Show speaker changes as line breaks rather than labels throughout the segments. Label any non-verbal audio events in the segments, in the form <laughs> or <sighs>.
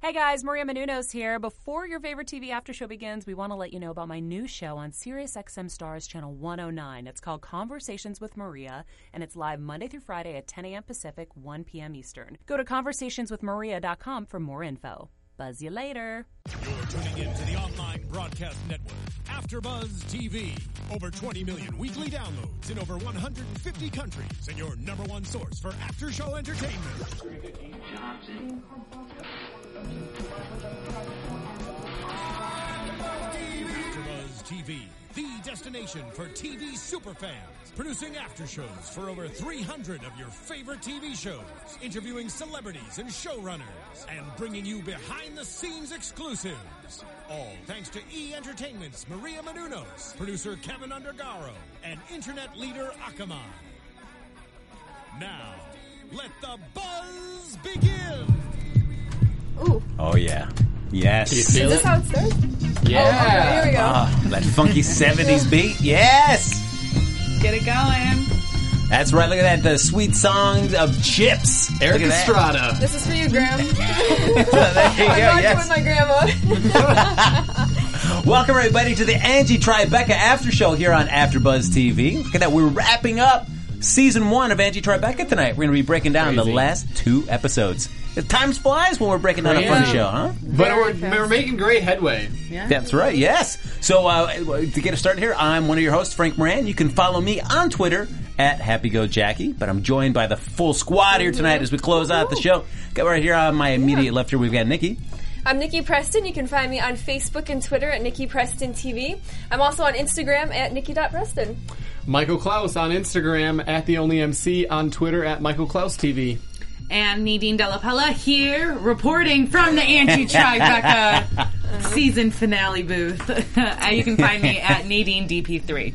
Hey guys, Maria Menounos here. Before your favorite TV after show begins, we want to let you know about my new show on SiriusXM Stars Channel 109. It's called Conversations with Maria, and it's live Monday through Friday at 10 a.m. Pacific, 1 p.m. Eastern. Go to conversationswithmaria.com for more info. Buzz you later.
You're tuning in to the online broadcast network, AfterBuzz TV. Over 20 million weekly downloads in over 150 countries, and your number one source for after-show entertainment. AfterBuzz TV, the destination for TV superfans, producing aftershows for over 300 of your favorite TV shows, interviewing celebrities and showrunners, and bringing you behind-the-scenes exclusives. All thanks to E Entertainment's Maria Menounos, producer Kevin Undergaro, and internet leader Akamai. Now, let the buzz begin.
Oh yeah. Yes.
Feel
Is this
it?
how it's done? Okay, here we go.
Uh-huh.
Ah, that funky 70s beat. Yes.
Get it going.
That's right. Look at that. The sweet songs of chips.
Eric
Look at that.
Estrada.
This is for
<laughs>
you, Graham.
there you go.
I'm not
Yes.
with my grandma. <laughs>
Welcome everybody to the Angie Tribeca After Show here on AfterBuzz TV. Look at that. We're wrapping up season one of Angie Tribeca tonight. We're going to be breaking down the
Crazy.
last two episodes. Time flies when we're breaking down a fun
Crazy.
show, huh?
But
Very
we're,
fast.
we're making great headway.
That's right, yes. So, uh, to get us started here, I'm one of your hosts, Frank Moran. You can follow me on Twitter at HappyGoJackie, but I'm joined by the full squad here tonight as we close out the show. Got right here on my immediate left here, we've got Nikki.
I'm Nikki Preston. You can find me on Facebook and Twitter at Nikki Preston TV. I'm also on Instagram at Nikki.Preston.
Michael Klaus on Instagram at the only MC on Twitter at Michael Klaus TV.
And Nadine Delapella here, reporting from the Angie
<laughs>
Tribeca season finale booth. <laughs> Uh, you can
<laughs>
find me at Nadine DP3.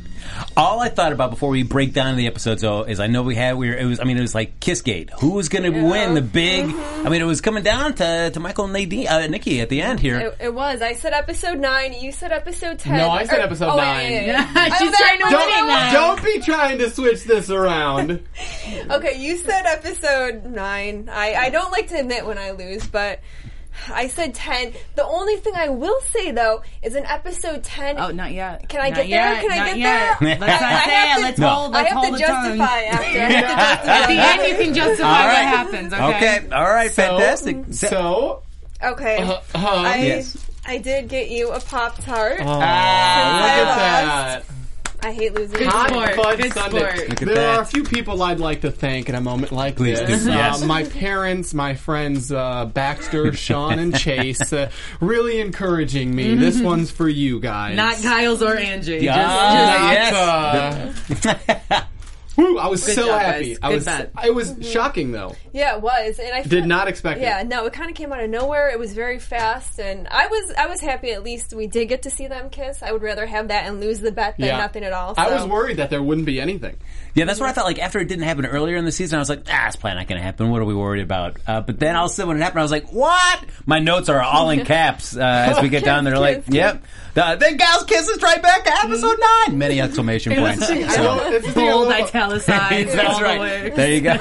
All I thought about before we break down the episode, though, is I know we had we were, it was I mean it was like Kissgate. Who was going to win the big?
Mm-hmm.
I mean it was coming down to, to Michael and Nadine, uh, Nikki at the end here.
It, it was. I said episode 9. You said episode 10.
No, I said episode
oh,
nine.
yeah, yeah,
<laughs>
yeah.
<laughs> She's
back.
trying to
Don't-
win it now.
Don't be trying to switch this around.
Okay, you said episode 9. I, I don't like to admit when I lose, but. I said 10. The only thing I will say, though, is in episode 10,
Oh, not yet.
Can I
Not
get there?
yet.
Can I
Not
get
yet.
there?
Let's
I- I
not say
have
it.
to-
Let's
No.
hold.
I
Let's
have
hold
to
the tongue.
justify
<laughs>
after. I have to
At the end, you can justify
All right.
what happens. Okay.
okay, all right,
Oh, So-
fantastic.
So,
Okay.
uh, uh,
I,
Yes.
I did get you a Pop Tart.
oh, look
I
at that.
I hate losing.
Good
Hot
sport.
Fun
Good
Sunday.
sport.
Look at
There
that.
are a few people I'd like to thank at a moment like
Please
this.
do,
Uh,
yes.
my parents, my friends uh,
<laughs>
Baxter, Sean, and Chase, uh, really encouraging me. This one's for you guys.
Not Kyle's or Angie.
Yeah.
Just,
Ah,
just
Uh, yes. <laughs>
uh, Woo, I was
Good
so
job,
happy.
guys.
I
Good
was.
bet.
It was shocking though.
Yeah, it was, and I
Did
felt-
not expect
Yeah,
it.
no, it kind of came out of nowhere. It was very fast, and I was I was happy. At least we did get to see them kiss. I would rather have that and lose the bet than
Yeah.
nothing at all.
I
so.
was worried that there wouldn't be anything.
Yeah, that's what I thought. Like after it didn't happen earlier in the season, I was like, "Ah, it's probably not going to happen. What are we worried about?" Uh, but then all of a sudden, when it happened, I was like, "What?" My notes are all in caps uh, as we get down there. Like, yep, the, the gals kisses right back to episode nine. Many <laughs> exclamation
<laughs>
points.
I
So,
love- it's the thing I
bold,
love about-
italicized,
<laughs>
that's
all the way.
right. There you go.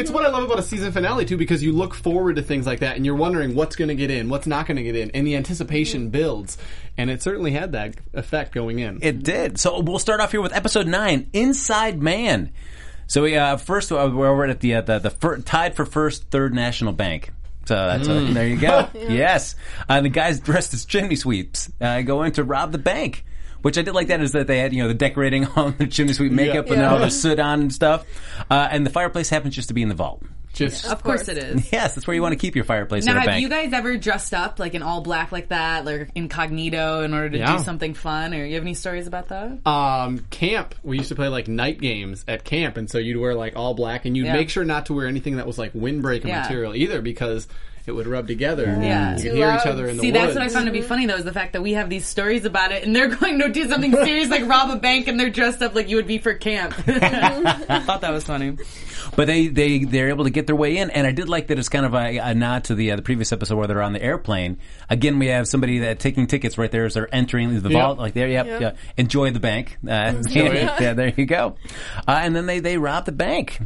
It's what I love about a season finale too, because you look forward to things like that, and you're wondering what's going to get in, what's not going to get in, and the
Mm-hmm.
anticipation builds. And it certainly had that effect going in.
It did. So we'll start off here with episode nine, Inside Man. So we uh, first uh, we're over at the uh, the, the fir- tied for first Third National Bank. So that's uh, there you go. Yes, uh, the guys dressed as chimney sweeps uh, go in to rob the bank. Which I did like that is that they had you know the decorating <laughs> on the chimney sweep makeup and
Yeah.
all the soot on and stuff, uh, and the fireplace happens just to be in the vault.
Just
of course it is.
Yes, that's where you want to keep your fireplace.
Now,
in a
have
bank.
you guys ever dressed up like in all black like that, like incognito, in order to
Yeah.
do something fun? Or you have any stories about that?
Uh,
um, camp. We used to play like night games at camp, and so you'd wear like all black, and you'd
Yeah.
make sure not to wear anything that was like windbreaker
Yeah.
material either, because it would rub together.
Yeah.
you
Too
could hear each
loud.
other in the
See,
woods.
that's what I found to be funny though, is the fact that we have these stories about it, and they're <laughs> going to do something serious like rob a bank, and they're dressed up like you would be for camp. <laughs> I thought that was funny.
But they they they're able to get their way in, and I did like that it's kind of a, a nod to the uh, the previous episode where they're on the airplane. Again, we have somebody that taking tickets right there as they're entering the
Yeah.
vault. Like there, yep, yeah. Enjoy the bank. Uh, <laughs>
it.
yeah, there you go. Uh, and then they they rob the bank.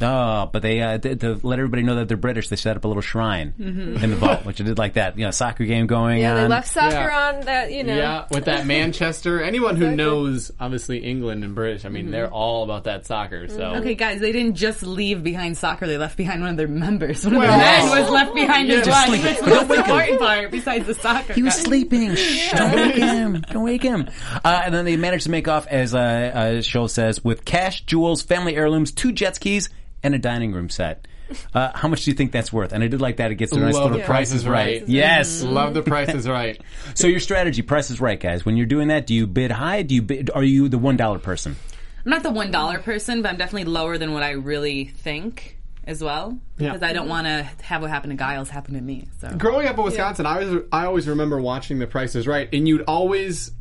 Oh, but they uh, did, to let everybody know that they're British, they set up a little shrine in the vault, which I did like that. You know, soccer game going
Yeah,
on.
they left soccer
Yeah.
on that, you know.
Yeah, with that Manchester. Anyone who
Exactly.
knows, obviously, England and British, I mean, they're all about that soccer. So
Okay, guys, they didn't just leave behind soccer; they left behind one of their members. One
Well-
of their men was left behind as
Just
well.
sleeping.
That's the most important part, besides the soccer.
He was
guys. <laughs>
sleeping. Shh, don't wake him. Don't wake him. Uh, and then they managed to make off, as uh, uh, Shoal says, with cash, jewels, family heirlooms, two jet skis, and a dining room set. Uh, how much do you think that's worth? And I did like that. It gets a nice
Love
little
the
price
Price
is
is
right.
Right.
Yes.
Love the Price is Right.
So your strategy, price is right, guys. When you're doing that, do you bid high? Do you bid? Are you the one dollar person?
I'm not the one dollar person, but I'm definitely lower than what I really think as well.
Yeah.
Because I don't want to have what happened to Giles happen to me. So <laughs>
Growing up in Wisconsin, I always I always remember watching The Price is Right, and you'd always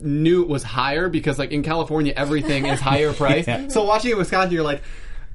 knew it was higher because like in California everything is higher price. So watching it in Wisconsin, you're like.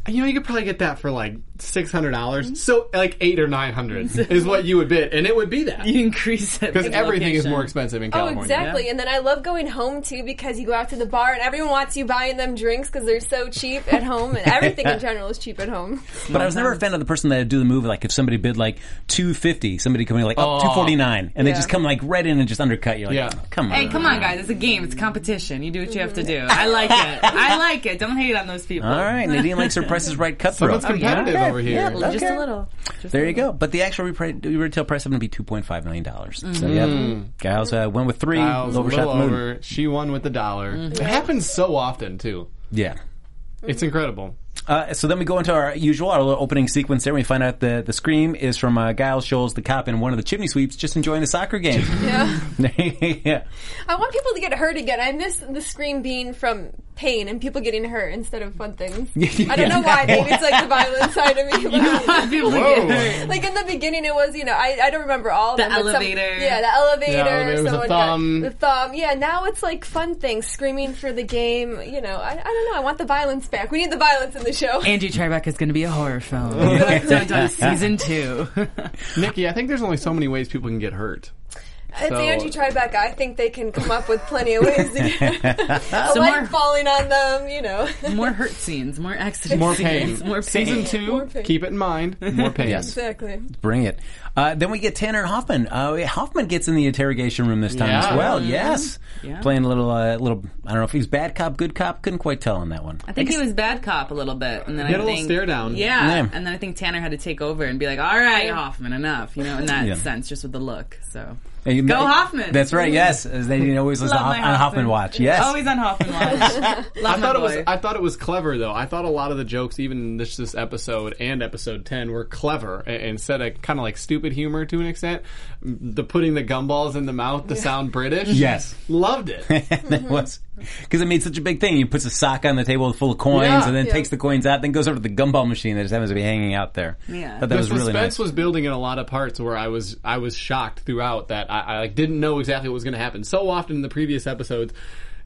You know, you could probably get that for like six hundred dollars. So, like eight or nine hundred is what you would bid, and it would be
<laughs>
that
you increase it
because
with
everything is
location.
more expensive in
Oh,
California.
exactly. And then I love going home too because you go out to the bar and everyone wants you buying them drinks because they're so cheap at home and
<laughs>
everything in general is cheap at home.
But I was never a fan of the person that would do the move. Like if somebody bid like two fifty, somebody coming like oh,
Oh.
two forty nine, and they
Yeah.
just come like right in and just undercut you. Like, "Oh,
Yeah.
come on,
Hey, come on, guys! It's a game. It's competition. You do what you have to do. I like it. I like it. Don't hate on those people.
All right, Nadine likes her prices right cutthroat.
Someone's competitive
Okay.
over here.
Oh, Yeah,
Just
okay.
a little. Just
There
a
you go. But the actual repra- retail price is going to be two point five million dollars. So yeah, Giles uh, went with three,
I was Mm-hmm. a
overshot
little
the moon.
over. She won with the dollar. It happens so often too.
Yeah.
It's incredible.
Uh, so then we go into our usual, our little opening sequence there. We find out the, the scream is from uh, Giles Scholes, the cop, and one of the chimney sweeps just enjoying the soccer
<laughs>
game.
Yeah.
<laughs> yeah.
I want people to get hurt again. I miss the scream being from pain and people getting hurt instead of
<laughs>
fun things. I don't know why. Maybe it's like the violent side of me. but-
little. <laughs> People get
<laughs>
hurt.
like in the beginning, it was you know I, I don't remember all of
The
them, but some-
elevator.
yeah, the elevator.
The elevator was a
someone got-
thumb.
the thumb. Yeah, now it's like fun things, screaming for the game. You know, I, I don't know. I want the violence back. We need the violence in the
<laughs>
show.
Angie Tribeca is going to be a horror film. Dun, dun, season two. <laughs>
Nikki, I think there's only so many ways people can get hurt.
It's
So-
Angie Tribeca. I think they can come up with plenty of ways
<laughs>
to get a
more-
light falling on them. You know, <laughs>
more hurt scenes, more accident <laughs>
More
scenes,
pain.
more pain.
Season two.
More pain.
Keep it in mind. More pain.
Yes.
exactly.
Bring it. Uh, then we get Tanner and Hoffman. Uh, Hoffman gets in the interrogation room this time
Yeah.
as well. Yes,
Yeah.
playing a little, uh, little. I don't know if he's bad cop, good cop. Couldn't quite tell on that one.
I think he was bad cop a little bit, and then
He
I
had a little
think
stare down.
Yeah,
Yeah.
and then I think Tanner had to take over and be like, "All right, Hoffman, enough," you know, in that
Yeah.
sense, just with the look. So
And you-
Go Hoffman.
That's right. Yes, as
<laughs>
they always listen
Love
to Hoff-
my
on Hoffman Watch. Yes,
always on Hoffman Watch. Love
I thought it was. I thought it was clever though. I thought a lot of the jokes, even in this this episode and episode ten, were clever and, and said a kind of like stupid humor to an extent. The putting the gumballs in the mouth to sound British.
Yes. <laughs>
loved it.
that
Mm-hmm.
was because it made such a big thing. He puts a sock on the table full of coins,
Yeah.
and then
Yeah.
takes the coins out, then goes over to the gumball machine that just happens to be hanging out there.
Yeah.
Thought that
the
was
suspense
really nice.
was building in a lot of parts where I was I was shocked throughout that I, I like didn't know exactly what was going to happen. So often in the previous episodes,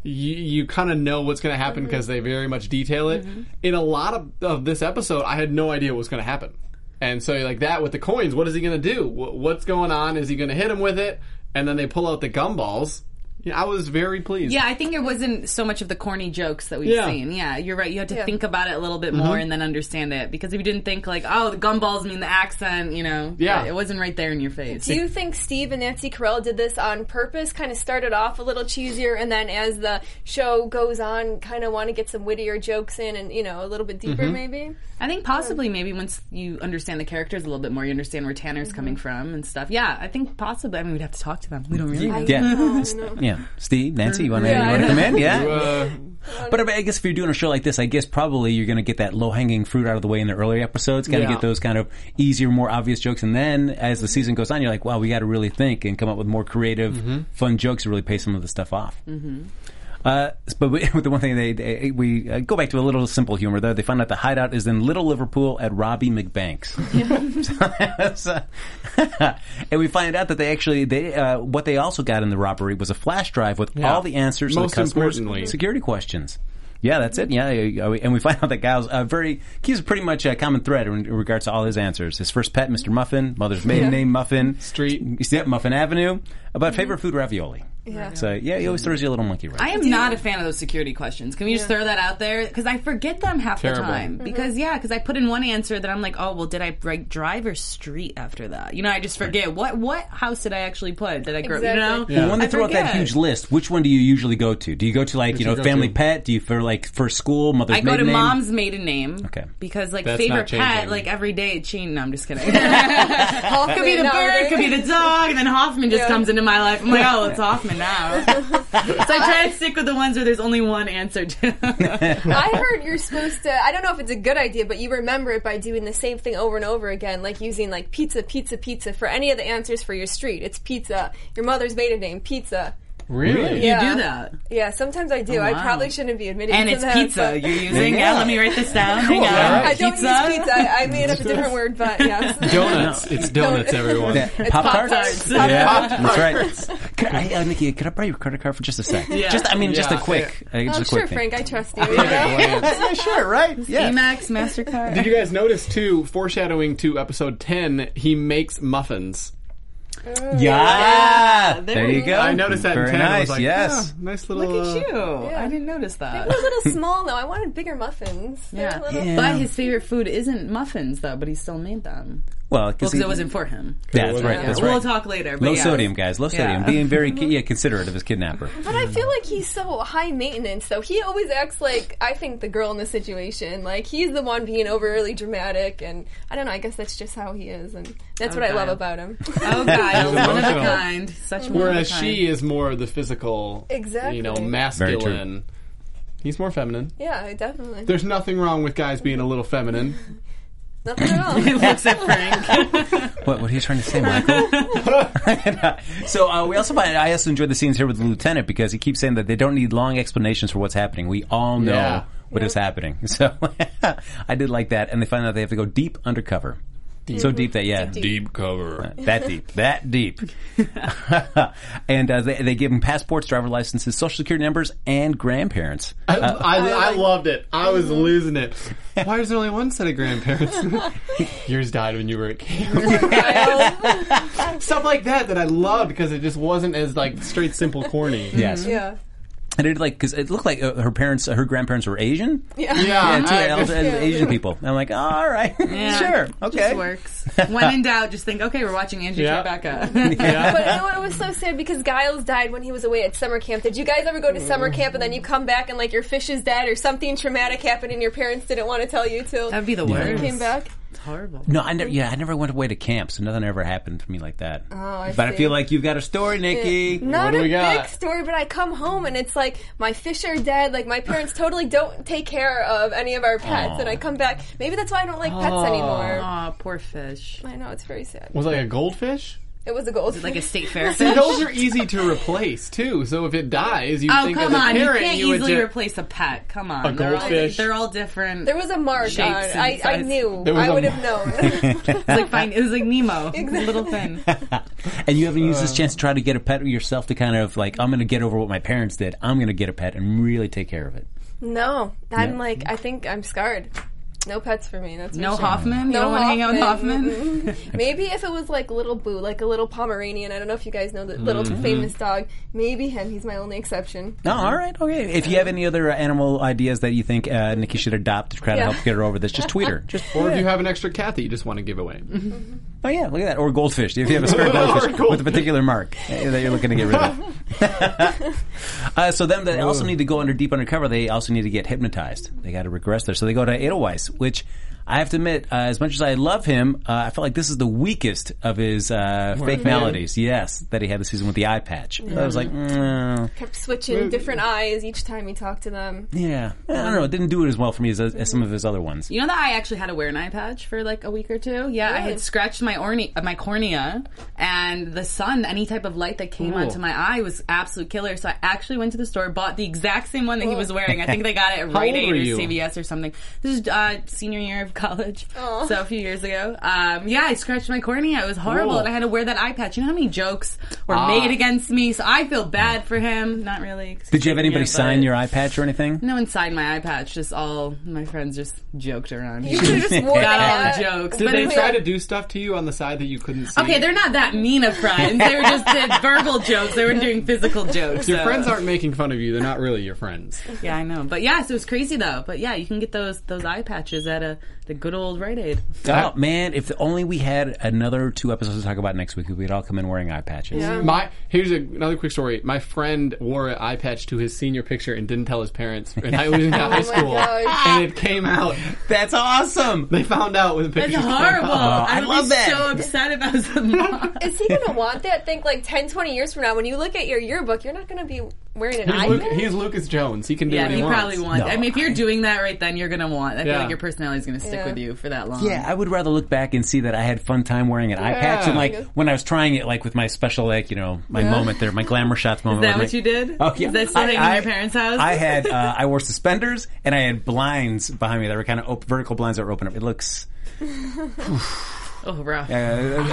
you, you kind of know what's going to happen because they very much detail it. In a lot of, of this episode, I had no idea what was going to happen, and so like that with the coins, what is he going to do? Wh- what's going on? Is he going to hit him with it? And then they pull out the gumballs. Yeah, I was very pleased.
<laughs> Yeah, I think it wasn't so much of the corny jokes that we've
Yeah. Mm-hmm.
seen. Yeah, you're right. You had to
Yeah.
think about it a little bit more and then understand it because if you didn't think like, "Oh, the gumballs mean the accent," you know,
Yeah.
it wasn't right there in your face.
Do you think Steve and Nancy Carell did this on purpose? Kind of started off a little cheesier, and then as the show goes on, kind of want to get some wittier jokes in, and you know, a little bit deeper,
Mm-hmm. <laughs>
maybe.
I think possibly maybe once you understand the characters a little bit more, you understand where Tanner's coming from and stuff. Yeah, I think possibly. I mean, we'd have to talk to them. We don't really. know.
Yeah.
Oh, no.
yeah, Steve, Nancy, you want to come in? Yeah,
Uh,
But I, mean, I guess if you're doing a show like this, I guess probably you're going to get that low hanging fruit out of the way in the earlier episodes. Got to
Yeah.
get those kind of easier, more obvious jokes, and then as the season goes on, you're like, wow, we got to really think and come up with more creative, fun jokes to really pay some of the stuff off. Uh, but we, <laughs> with the one thing they, they we uh, go back to a little simple humor though. They find out the hideout is in Little Liverpool at Robbie McBank's, <laughs> So- and we find out that they actually they uh, what they also got in the robbery was a flash drive with all the answers
Most
to the customers'
importantly.
security questions. Yeah, that's it. Yeah, uh, we- and we find <laughs> out that Giles uh, very he's pretty much a common thread in regards to all his answers. His first pet, Mr. Muffin, mother's maiden name Muffin,
Street.
Yep, Muffin Avenue. About favorite food, ravioli.
Yeah.
So yeah, he always throws you a little monkey wrench.
I am not a fan of those security questions. Can we just throw that out there? Because I forget them half
Terrible.
the time.
Mm-hmm.
Because yeah, because I put in one answer that I'm like, oh well, did I like drive or street after that? You know, I just forget what what house did I actually put? Did I grow? You
Exactly.
know,
Well, when they
I
throw out that
forget.
huge list, which one do you usually go to? Do you go to like you
you
know
go
family
to?
pet? Do you for like for school mother's
I go to
maiden name?
mom's maiden name.
Okay.
Because like
That's not
favorite
changing.
pet, like every day it changed. No, I'm
<laughs>
just kidding. could be the
no,
bird,
right?
could be the dog, and then Hoffman just
Yeah.
comes into my life. I'm like, oh, it's Hoffman now.
<laughs>
so I try to stick with the ones where there's only one answer to. <laughs>
I heard you're supposed to. I don't know if it's a good idea, but you remember it by doing the same thing over and over again, like using like pizza, pizza, pizza for any of the answers for your street. It's pizza. Your mother's maiden name, pizza.
Really?
Yeah.
Do that.
Yeah, sometimes I do. I
Oh, wow.
probably shouldn't be admitting.
And
to
it's
that,
pizza
but-
you're using. Yeah, let me write this down. Hang on.
All right.
I don't use pizza. I, I made up a different word, but yes.
Donuts. It's donuts, everyone.
<laughs>
Pop tarts.
Pop-Tarts.
Yeah, that's right. Could I, uh, Nikki, could I borrow your credit card for just a sec?
Yeah.
Just I mean, just a
Yeah.
quick, uh,
Oh,
just a
sure,
quick thing.
Frank. I trust you. you know?
<laughs> yeah, sure, right? Yeah.
Emacs, Mastercard.
Did you guys notice too? Foreshadowing to episode ten, he makes muffins.
Yeah. There,
there
you
you
go.
I noticed that.
Very
in 10, I
nice.
was like,
yes.
yeah, nice little.
Look at you.
uh,
I didn't notice that.
They're a little small though. I wanted bigger muffins. They're
Yeah.
A little,
Yeah.
But his favorite food isn't muffins, though. But he still made them
Well,
because
because
it wasn't for him.
Yeah, that's right.
Yeah.
That's
We'll
right.
talk later. But
Low
yeah.
sodium, guys. Low sodium.
Yeah.
Being very ki- yeah, considerate of his kidnapper.
But I feel like he's so high maintenance, though. He always acts like I think the girl in the situation. Like he's the one being overly dramatic, and I don't know. I guess that's just how he is, and that's what I
Okay.
love about <laughs> him.
Oh, God.
He's
one of a
emotional.
kind. Such one
Whereas
of a kind.
she is more of the physical,
Exactly.
you know,
Very true.
masculine. He's more feminine.
yeah, definitely.
There's nothing wrong with guys being a little feminine.
Nothing at all.
looks at Frank.
What, what are you trying to say, Michael? <laughs> so uh, we also find I also enjoyed the scenes here with the lieutenant because he keeps saying that they don't need long explanations for what's happening. We all know
Yeah.
what is happening. <laughs> So I did like that, and they find out they have to go deep undercover. So deep that yeah, deep, cover that deep, that <laughs> deep, and uh, they, they give him passports, driver licenses, social security numbers, and grandparents.
<laughs> I, I, I loved it. I was losing it. Why is there only one set of <laughs> grandparents? Yours died when you were a <laughs> kid. Stuff like that that I loved because it just wasn't as like straight, simple, corny.
Yes,
yeah.
and it like because it looked like uh, her parents, her grandparents were Asian.
Yeah.
Yeah,
and two
I-
elder- Asian people. And I'm like, all right, <laughs> sure, okay.
Just works. When in doubt, just think, okay, we're watching Andrew
Yeah.
Tribeca.
But you know what? It was so sad because Giles died when he was away at summer camp. Did you guys ever go to summer camp and then you come back and like your fish is dead or something traumatic happened and your parents didn't want to tell you till
That'd be the
you
worst.
came back?
It's horrible.
No, I never. Yeah, I never went away to camp, so nothing ever happened to me like that. Oh,
I
but I
see.
feel like you've got a story, Nikki. <laughs>
Not
do
a
we got?
big story, but I come home and it's like my fish are dead. Like my parents totally don't take care of any of our pets,
Aw.
and I come back. Maybe that's why I don't like pets anymore.
Aw, poor fish.
I know it's very sad.
Was it like a goldfish?
It was a gold.
Like a state fair
See,
fish.
those are easy to replace too. So if it dies, you
Oh,
think
come
as a
on. You
parent
can't
would
easily
ju-
replace a pet. Come on.
A
they're
goldfish.
All, they're all different.
there was a mark
Shapes
on.
and
I, I
sizes.
knew.
There was
I
a
would
mark.
have known.
it's like fine. It was
<laughs>
like Nemo. The
<laughs>
little thing.
And you haven't used this chance to try to get a pet yourself to kind of like, I'm going to get over what my parents did. I'm going to get a pet and really take care of it.
no, I'm
Yeah.
like I think I'm scarred. No pets for me. That's for
No
sure.
Hoffman. You
No
don't want to hang out with
Hoffman.
Hoffman.
Maybe if it was like little Boo, like a little Pomeranian. I don't know if you guys know the little famous dog. Maybe him. He's my only exception.
No, all right, okay. If you have any other uh, animal ideas that you think uh, Nikki should adopt to try to
Yeah.
help get her over this, just tweet her. Just
Or if you have an extra cat that you just want to give
<laughs>
away.
oh yeah, look at that. Or goldfish. If you have a spare
Or
goldfish
goldfish.
with a particular mark uh, that you're looking to get rid of. uh, so them that also need to go under deep undercover. They also need to get hypnotized. They got to regress there. So they go to Edelweiss, which. I have to admit, uh, as much as I love him, uh, I felt like this is the weakest of his uh, fake maladies. Yes, that he had this season with the eye patch. I was like, mm,
Kept switching different eyes each time you talked to them.
yeah, I don't know. It didn't do it as well for me as, as some of his other ones.
You know that I actually had to wear an eye patch for like a week or two. Yeah, I
Really?
had scratched my orne- uh, my cornea, and the sun, any type of light that came
Ooh.
onto my eye was absolute killer. So I actually went to the store, bought
<laughs>
Oh.
the exact same one that he was wearing. I think they got it at Rite
old
Aid
were
or
you?
CVS or something. This is uh, senior year of of college. So a few years ago, um, yeah, I scratched my cornea. It was horrible,
Whoa.
and I had to wear that eye patch. You know how many jokes were
Ah.
made against me? So I feel bad for him. Not really. 'cause
Did you
he's
have anybody
taking it,
sign
but-
your eye patch or anything?
No one signed my eye patch. Just all my friends just joked around.
You should have <laughs> just worn
Got all
that.
the jokes.
Did
But
they
it's
try
like-
to do stuff to you on the side that you couldn't see?
Okay, they're not that mean of friends. They were just <laughs> did verbal jokes. They were doing physical jokes.
your
so-
friends aren't making fun of you. They're not really your friends.
Yeah, I know. But yeah, so it's crazy though. But yeah, you can get those those eye patches at a the good old Rite Aid.
Oh man, if only we had another two episodes to talk about next week, we'd all come in wearing eye patches.
My here's a, another quick story. My friend wore an eye patch to his senior picture and didn't tell his
<laughs>
parents. And I was in
Oh
high school,
gosh.
and it came out.
That's awesome.
They found out when the
<laughs> It's
picture. came
horrible.
out.
I,
I
would
love
be
that.
so upset if I was a <laughs> mom.
Is he gonna want that? Think like 10, 20 years from now, when you look at your yearbook, you're not gonna be wearing an
He's, Luke,
iPad.
he's Lucas Jones. He can do
Yeah,
what he
you
wants.
probably want. I mean, if you're doing that right then, you're gonna want. I feel
Yeah.
like your personality's gonna stick
Yeah.
with you for that long.
Yeah, I would rather look back and see that I had fun time wearing an eye patch and like
Yeah.
when I was trying it, like with my special, like you know, my moment there, my glamour shots moment.
Is that
with my-
what you did?
Oh yeah,
Is that something in your parents' house?
I had uh, I wore suspenders and I had blinds behind me that were kind of op- vertical blinds that were open up. It looks.
<laughs> oh, rough.
Uh,
How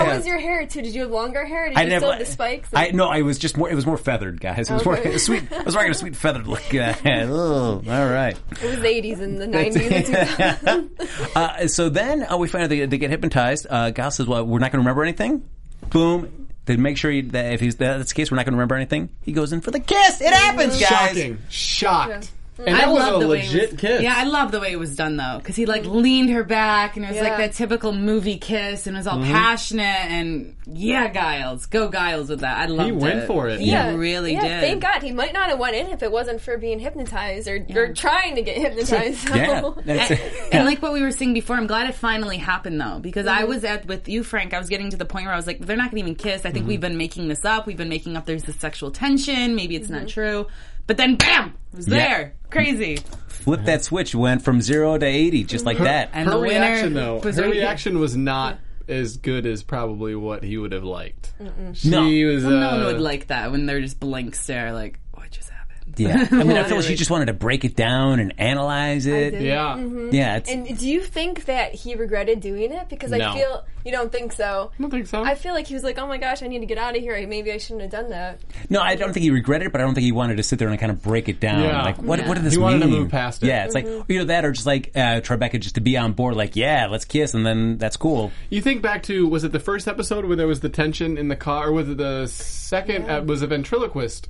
yeah.
was your hair too? Did you have longer hair? Did
I
you
didn't
still
have-
have the spikes?
I no, I was just more. It was more feathered, guys. It was
Okay.
more sweet. I was wearing a sweet feathered look. Uh, <laughs> oh, all right.
it was the 80s and the 90s and
<laughs>
2000s.
Uh, so then uh, we find out they, they get hypnotized. Uh, Gal says, "Well, we're not going to remember anything." Boom. They make sure you, that if he's, that's the case, we're not going to remember anything. He goes in for the kiss. It happens, guys.
Shocking. Shocked. And that
I
was
love
a
the way
legit
it was,
kiss.
Yeah, I love the way it was done though, because he like leaned her back and it was like
Yeah.
that typical movie kiss and it was all
Mm-hmm.
passionate and yeah, Giles, go Giles with that. I loved it.
went for it.
He
Yeah.
really
yeah,
did.
Thank God he might not have went in if it wasn't for being hypnotized or, or trying to get hypnotized.
<laughs> Yeah.
<laughs> So-
That's
and,
it.
and like what we were saying before, I'm glad it finally happened though, because
Mm-hmm.
I was at with you, Frank. I was getting to the point where I was like, they're not going to even kiss. I think we've
Mm-hmm.
been making this up. We've been making up. There's this sexual tension. Maybe it's not
Mm-hmm.
true. But then, bam, it was
Yeah.
there. Crazy.
Flip that switch. Went from zero to eighty, just like that.
And
her
the winner
reaction, though,
was
her
right here.
reaction was not as good as probably what he would have liked. She
No.
was.
Well, no
uh,
one would like that when they're just blank stare, like what just happened.
yeah. I mean, I feel like she just wanted to break it down and analyze it.
did.
Yeah.
Mm-hmm.
Yeah. It's,
And do you think that he regretted doing it? Because
No.
I feel you don't think so.
I don't think so.
I feel like he was like, "Oh my gosh, I need to get out of here. Maybe I shouldn't have done that."
no, I don't think he regretted it, but I don't think he wanted to sit there and kind of break it down.
Yeah.
Like, what, what did this
He
mean?
wanted to move past it.
Yeah. It's like either that or just like uh, Tribeca just to be on board. Like, yeah, let's kiss, and then that's cool.
You think back to was it the first episode where there was the tension in the car, or was it the second? Uh, was a ventriloquist,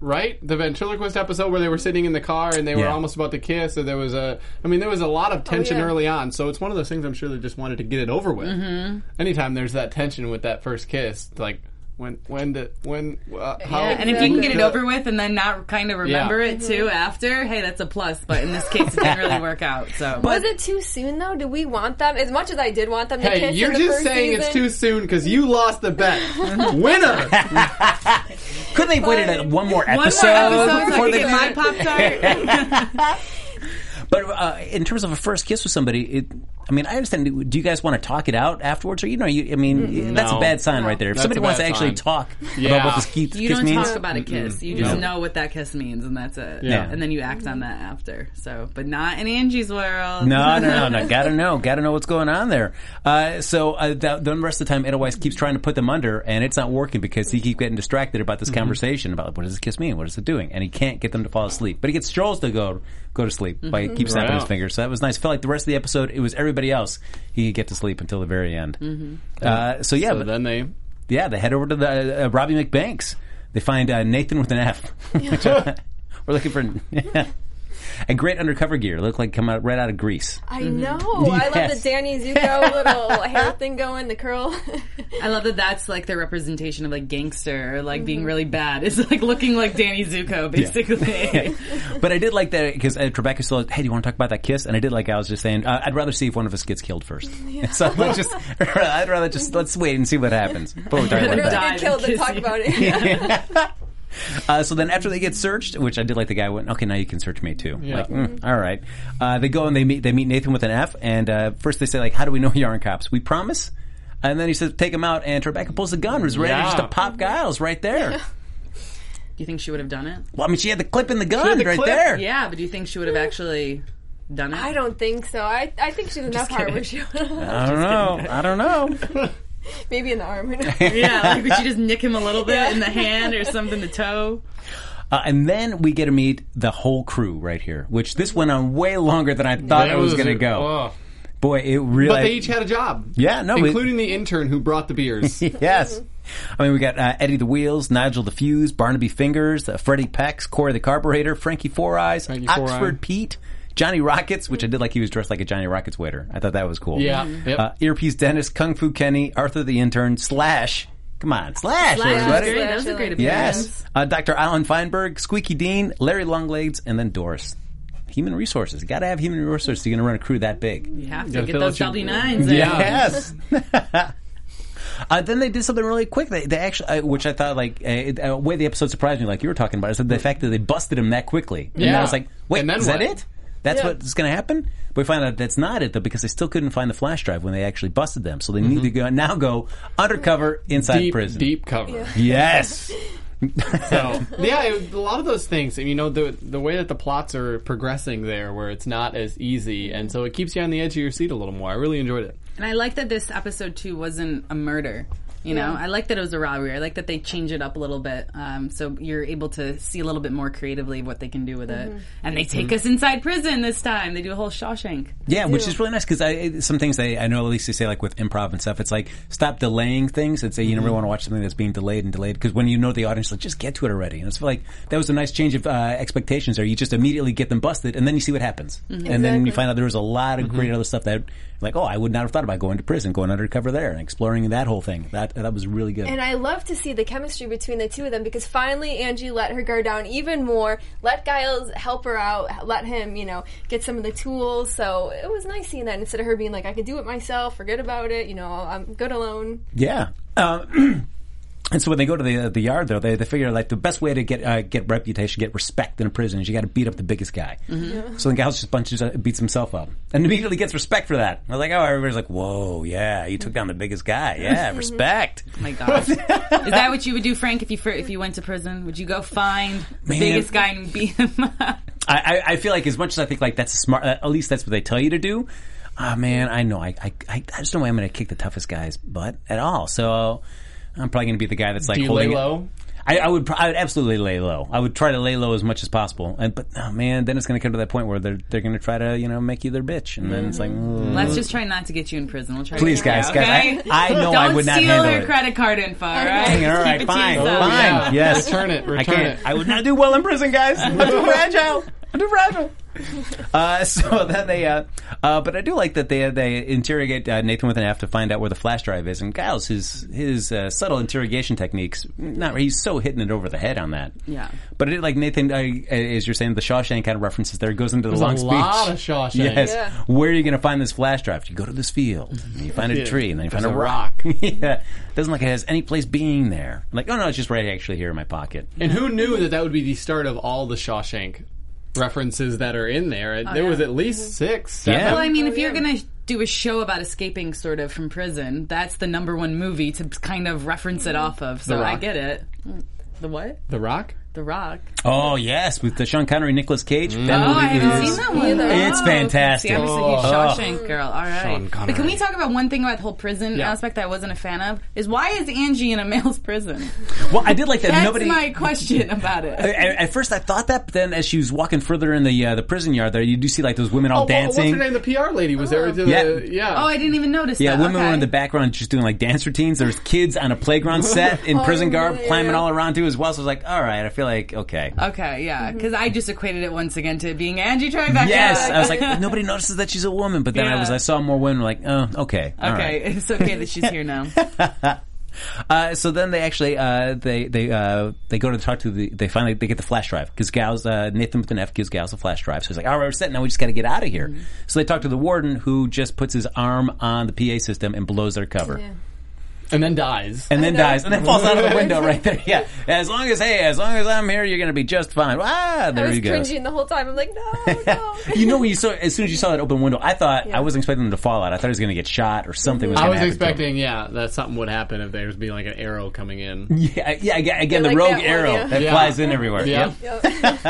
right? The ventriloquist episode where they were sitting in the car and they were
Yeah.
almost about to kiss, or there was a. I mean, there was a lot
Oh,
of tension
yeah.
early on, so it's one of those things I'm sure they just wanted to get it over with. Mm-hmm. Anytime there's that tension with that first kiss, like when, when, did, when, uh, how?
Yeah, and if you can get it over with and then not kind of remember
Yeah.
it too after, hey, that's a plus. But in this case, it didn't really work out. So
Was it too soon though? Do we want them as much as I did want them to
Hey,
kiss?
you're
in the
just
first
saying
season,
it's too soon because you lost the
<laughs>
bet. Winner!
Couldn't they have waited uh, one more
one more
episode,
episode, so I
before
could
they
get my pop tart.
But uh, in terms of a first kiss with somebody, it, I mean, I understand. Do you guys want to talk it out afterwards, or you know, you, I mean, that's a
No.
bad sign right there. If
That's
somebody
a
wants to
bad
actually
sign.
talk
Yeah.
about what this kiss,
You
kiss
don't
means,
talk about a kiss. You just
No.
know what that kiss means, and that's it.
Yeah.
And then you act on that after. So, but not in Angie's world.
no, no, no, no. Gotta know, gotta know what's going on there. Uh, so uh, the, the rest of the time, Edelweiss keeps trying to put them under, and it's not working because he keeps getting distracted about this conversation about what does this kiss mean, what is it doing, and he can't get them to fall asleep. But he gets Charles to go go to sleep by keep snapping
Right
his
on.
fingers. So that was nice. Felt like the rest of the episode, it was everybody else he could get to sleep until the very end. Uh, <laughs> so yeah,
So
but-
then they.
yeah, they head over to the uh, uh, Robbie McBanks. They find uh, Nathan with an F. <laughs> We're looking for. <laughs> And great undercover gear. Look like come out right out of Greece.
<laughs>
I know. I love
Yes.
the Danny Zuko little hair thing going, the curl. <laughs>
I love that that's like their representation of like gangster or like being really bad. <laughs> It's like looking like Danny Zuko, basically.
but I did like that because uh, Trebek still, hey, do you want to talk about that kiss? And I did like I was just saying, uh, I'd rather see if one of us gets killed first. So let's just, <laughs> I'd rather just let's wait and see what happens. Before we talk about
I'd rather
that.
<laughs> get
died
killed
and
than talk
kissed.
about it.
<laughs>
Uh, so then after they get searched, which I did like the guy went, okay, now you can search me too. Like, mm, all right. Uh, they go and they meet, they meet Nathan with an F and, uh, first they say like, how do we know you aren't cops? We promise. And then he says, take him out and Trebek pulls the gun, was ready
Yeah.
just to pop Giles right there.
You think she would have done it?
Well, I mean, she had the clip in the gun
the
right
clip.
there.
Yeah, but do you think she would have actually done it?
I don't think so. I, I think she's enough hardware. She
<laughs>
I don't know. I don't know.
maybe in the arm.
yeah, like would you just nick him a little bit in the hand or something, the toe?
Uh, and then we get to meet the whole crew right here, which this went on way longer than I thought
That
it was, going to
a-
go.
oh.
Boy, it really.
But they each had a job.
Yeah, no, Oh, we-
including the intern who brought the
<laughs>
beers.
yes. I mean, we got uh, Eddie the Wheels, Nigel the Fuse, Barnaby Fingers, uh, Freddie Pex, Corey the Carburetor, Frankie Four Eyes,
Frankie Four
Oxford
Eye.
Pete, Johnny Rockets, which I did like he was dressed like a Johnny Rockets waiter. I thought that was cool.
Yeah, yep.
Uh, Earpiece Dennis, Kung Fu Kenny, Arthur the Intern, Slash. Come on, Slash,
Slash.
That was
everybody.
great. That was a great appearance.
Yes. Uh, Dr. Alan Feinberg, Squeaky Dean, Larry Longlegs, and then Doris. Human resources. You gotta have human resources. You're gonna run a crew that big.
You have to
Gotta
get
fill
those
out your-
W9s.
Yeah.
out.
<laughs>
Yes. Uh, then they did something really quick. They, they actually, uh, which I thought, like, uh, it- uh, way the episode surprised me, like you were talking about, is that the fact that they busted him that quickly. And I
Yeah.
was like, wait,
And then
is that
what?
it? That's
Yeah.
what's going to happen? But we find out that's not it, though, because they still couldn't find the flash drive when they actually busted them. So they need to go now go undercover inside
Mm-hmm. deep,
prison.
deep cover. <laughs>
Yes.
So yeah, it, a lot of those things. and, You know, the the way that the plots are progressing there, where it's not as easy, and so it keeps you on the edge of your seat a little more. I really enjoyed it.
And I like that this episode too wasn't a murder. You know, I like that it was a robbery. I like that they change it up a little bit, um, so you're able to see a little bit more creatively what they can do with it. And they take us inside prison this time. They do a whole Shawshank.
Yeah, which is really nice because some things they, I know at least they say like with improv and stuff, it's like stop delaying things and say you never want to watch something that's being delayed and delayed because when you know the audience, like just get to it already. And it's like that was a nice change of uh, expectations there. You just immediately get them busted and then you see what happens, and then you
Exactly.
find out there was a lot of great other stuff that like oh I would not have thought about going to prison, going undercover there, and exploring that whole thing. That that was really good.
And I love to see the chemistry between the two of them because finally Angie let her guard down even more, let Giles help her out, let him, you know, get some of the tools. So it was nice seeing that instead of her being like, I can do it myself, forget about it, you know, I'm good alone.
Yeah. Uh, <clears throat> And so when they go to the the yard, though, they, they figure like the best way to get uh, get reputation, get respect in a prison is you got to beat up the biggest guy. So the guy just punches, uh, beats himself up, and immediately gets respect for that. I was like, oh, everybody's like, whoa, yeah, you took down the biggest guy, yeah, respect. <laughs>
Oh my gosh, is that what you would do, Frank? If you fir- if you went to prison, would you go find the
Man.
biggest guy and beat him up?
I, I, I feel like as much as I think like that's smart, uh, at least that's what they tell you to do. Ah, man, I know. I, I, I I just don't know why I'm going to kick the toughest guy's butt at all. So I'm probably going to be the guy that's like
Do you lay
holding it-
low?
I, I would pr- I would absolutely lay low. I would try to lay low as much as possible. And but oh man, then it's going to come to that point where they're they're going to try to you know make you their bitch, and then it's like mm.
Let's just try not to get you in prison. We'll try.
please
to get
guys,
you out,
guys,
okay?
I, I know
Don't
I would not
steal
handle
her
it.
credit card info. All right,
Dang, all
Just keep
right,
it to
fine,
yourself.
fine,
yeah.
yes.
Return it,
I
return
can't.
it.
I would not do well in prison,
<laughs>
guys. I'm too fragile. I'm too fragile. Uh, <laughs> so then they, uh, uh, but I do like that they they interrogate uh, Nathan with an F to find out where the flash drive is, and Giles his his uh, subtle interrogation techniques. Not he's so hitting it over the head on that.
Yeah.
but it, like Nathan, uh, as you're saying, the Shawshank kind of references there It goes into the long
a
speech.
lot of Shawshank.
Yes.
Yeah.
Where are you going to find this flash drive? You go to this field, <laughs> and you find a
Yeah.
tree, and then you find
There's
a
a
rock.
rock.
<laughs> yeah, doesn't look like it has any place being there. Like, oh no, it's just right actually here in my pocket.
And who knew that that would be the start of all the Shawshank references that are in there?
Oh,
there was at
Mm-hmm.
least six. seven.
Yeah.
Well, I mean, if you're gonna do a show about escaping sort of from prison, that's the number one movie to kind of reference it off of. So
The
I
Rock.
get it. The what?
The Rock.
The Rock.
Oh yes, with the Sean Connery, Nicolas Cage. That
Oh, I
movie
haven't
is-
seen that one.
It's
Oh,
fantastic.
See, I'm just a huge
Oh.
Shawshank girl. All right.
Sean Connery.
but can we talk about one thing about the whole prison
Yeah.
aspect that I wasn't a fan of? Is why is Angie in a male's prison?
Well, I did like that.
That's
Nobody.
my question about it.
I- I- at first, I thought that, but then as she was walking further in the uh, the prison yard, there you do see like those women all
Oh, what-
dancing.
What's her name? The PR lady was there. with The,
Yeah.
yeah.
Oh, I didn't even notice.
Yeah,
that.
women
okay.
were in the background just doing like dance routines. There's kids on a playground set in prison garb,
yeah.
climbing all around too as well. So I was like, all right, I feel like okay.
Okay, yeah, because I just equated it once again to being Angie <laughs> Tribeca.
Yes, I was like nobody notices that she's a woman, but then I
Yeah.
was I saw more women like, oh, okay, all
okay,
right.
it's okay that she's
<laughs>
here now.
Uh, so then they actually uh, they they uh, they go to talk to the they finally they get the flash drive because Gals uh, Nathan with an F gives Gals a flash drive. So he's like, all right, we're set now. We just got to get out of here. So they talk to the warden who just puts his arm on the PA system and blows their cover.
and then dies.
and then dies, and then falls out of the window right there. Yeah. As long as hey, as long as I'm here, you're gonna be just fine. Ah,
I
there
was
you go.
cringing the whole time. I'm like, no,
<laughs>
no.
You know
<laughs>
when you saw as soon as you saw that open window, I thought I wasn't expecting him to fall out. I thought he was gonna get shot or something. Was
Mm. I
gonna
was
happen to him.
expecting, yeah, that something would happen if there's be like an arrow coming in.
<laughs> Yeah, yeah. aga- Again, the
like
rogue
that one,
arrow
yeah.
that
Yeah.
flies in everywhere.
Yeah.
<laughs>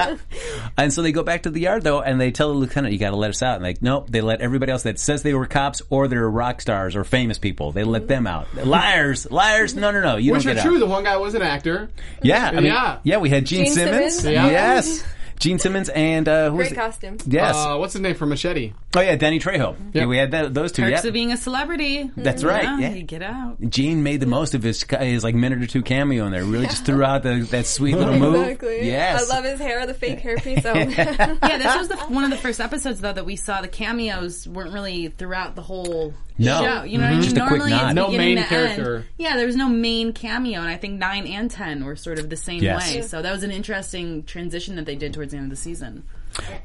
And so they go back to the yard though, and they tell the lieutenant, "You got to let us out." And they, nope, they let everybody else that says they were cops or they're rock stars or famous people. They let them out. Liars, liars. No, no, no. You
Mm-hmm. Which
don't
are
get
true.
out.
The one guy was an actor.
Yeah, I mean,
Yeah.
yeah. We had Gene,
Gene
Simmons.
Simmons.
Yeah.
Yes, Gene Simmons and uh, who was
Great
it?
costume.
Yes.
Uh, what's his name for Machete?
oh yeah, Danny Trejo. Yeah, we had that, those two.
Perks
Yeah.
of being a celebrity.
That's right, yeah.
You
<laughs>
get out.
Gene made the most of his his like minute or two cameo in there. Really just threw out the, that sweet little
<laughs>
move.
Exactly.
Yes.
I love his hair, the fake hairpiece.
<laughs>
Oh,
Yeah, this was the, one of the first episodes though that we saw the cameos weren't really throughout the whole
No. Mm-hmm.
show. You know what I mean?
Just a quick
Normally, it's
nod.
No
beginning
main
to end.
character.
Yeah, there was no main cameo, and I think nine and ten were sort of the same
Yes.
way. So that was an interesting transition that they did towards the end of the season.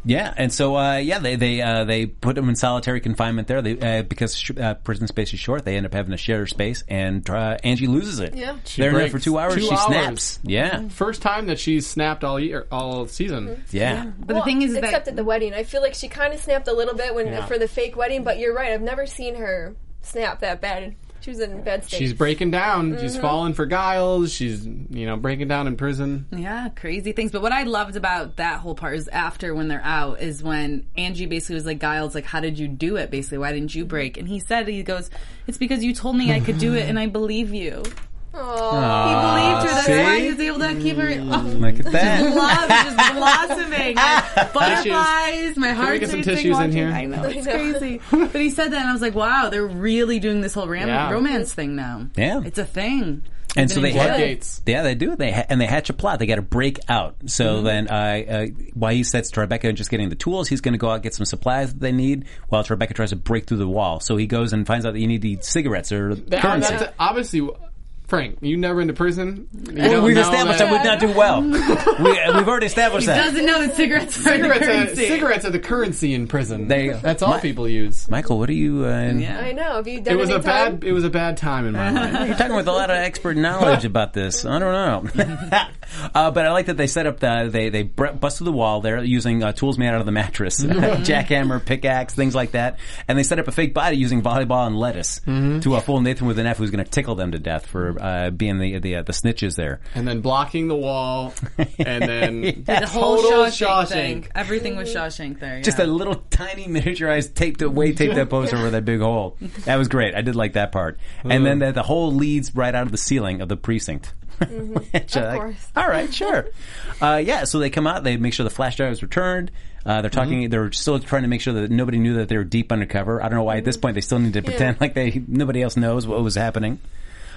Yeah, and so uh, yeah, they they uh, they put him in solitary confinement there they, uh, because sh- uh, prison space is short. They end up having to share space, and uh, Angie loses it.
Yeah.
She
they're in there
breaks.
for two hours.
Two
she
hours.
snaps. Yeah,
First time that she's snapped all year, all season.
yeah.
But the thing is, is
except
that
at the wedding, I feel like she kind of snapped a little bit when
Yeah.
for the fake wedding. But you're right; I've never seen her snap that bad. She was in bad state.
She's breaking down. She's falling for Giles. She's you know breaking down in prison.
Yeah, crazy things. But what I loved about that whole part is after when they're out is when Angie basically was like, Giles, like, how did you do it? Basically, why didn't
Mm-hmm.
you break? And he said, he goes, it's because you told me I could do it and I believe you.
Aw.
He believed her. That's
Uh, see?
Ah,
why he was able to keep her.
Mm.
<laughs> Oh,
Look at that.
love just blossoming.
<laughs>
Like, butterflies, my heart.
get some tissues in here?
I know, it's crazy. but he said that and I was like, wow, they're really doing this whole ram-
Yeah.
romance thing now.
Yeah.
It's a thing.
And so they
Even
had-
in jail.
Floodgates.
Yeah, they do. They ha- and they hatch a plot. They got to break out. So then, uh, uh, while he sets to Rebecca and just getting the tools, he's going to go out and get some supplies that they need. While Rebecca tries to break through the wall, so he goes and finds out that you need the cigarettes or
That-
currency.
that's obviously Frank. You never into prison. You
Well,
don't
we've
know
established I would not do well.
<laughs>
we, uh, we've already established that.
Doesn't know that cigarettes are the
Cigarettes are,
currency.
cigarettes are the currency in prison.
There you go.
That's all
My-
people use.
Michael, what are you? Uh,
Yeah.
I know. Have you done
It was a
any time?
bad. It was a bad
<laughs>
time in my life.
You're talking with a lot of expert knowledge about this. I don't know, <laughs> uh, but I like that they set up the they they br- busted the wall there using uh, tools made out of the mattress, <laughs> jackhammer, pickaxe, things like that, and they set up a fake body using volleyball and lettuce to uh, fool Nathan with an F who's going to tickle them to death for uh, being the the uh, the snitches there.
And then blocking
<laughs>
the wall, and then
The whole
Total
Shawshank,
Shawshank.
thing. Everything was Shawshank there. Yeah.
Just a little <laughs> tiny miniaturized taped away taped up poster over that big hole. That was great. I did like that part. And then the, the hole leads right out of the ceiling of the precinct. <laughs> Which I like,
course.
All right, sure. uh, yeah, so they come out. They make sure the flash drive is returned. Uh, they're talking. They're still trying to make sure that nobody knew that they were deep undercover. I don't know why at this point they still need to pretend like they nobody else knows what was happening.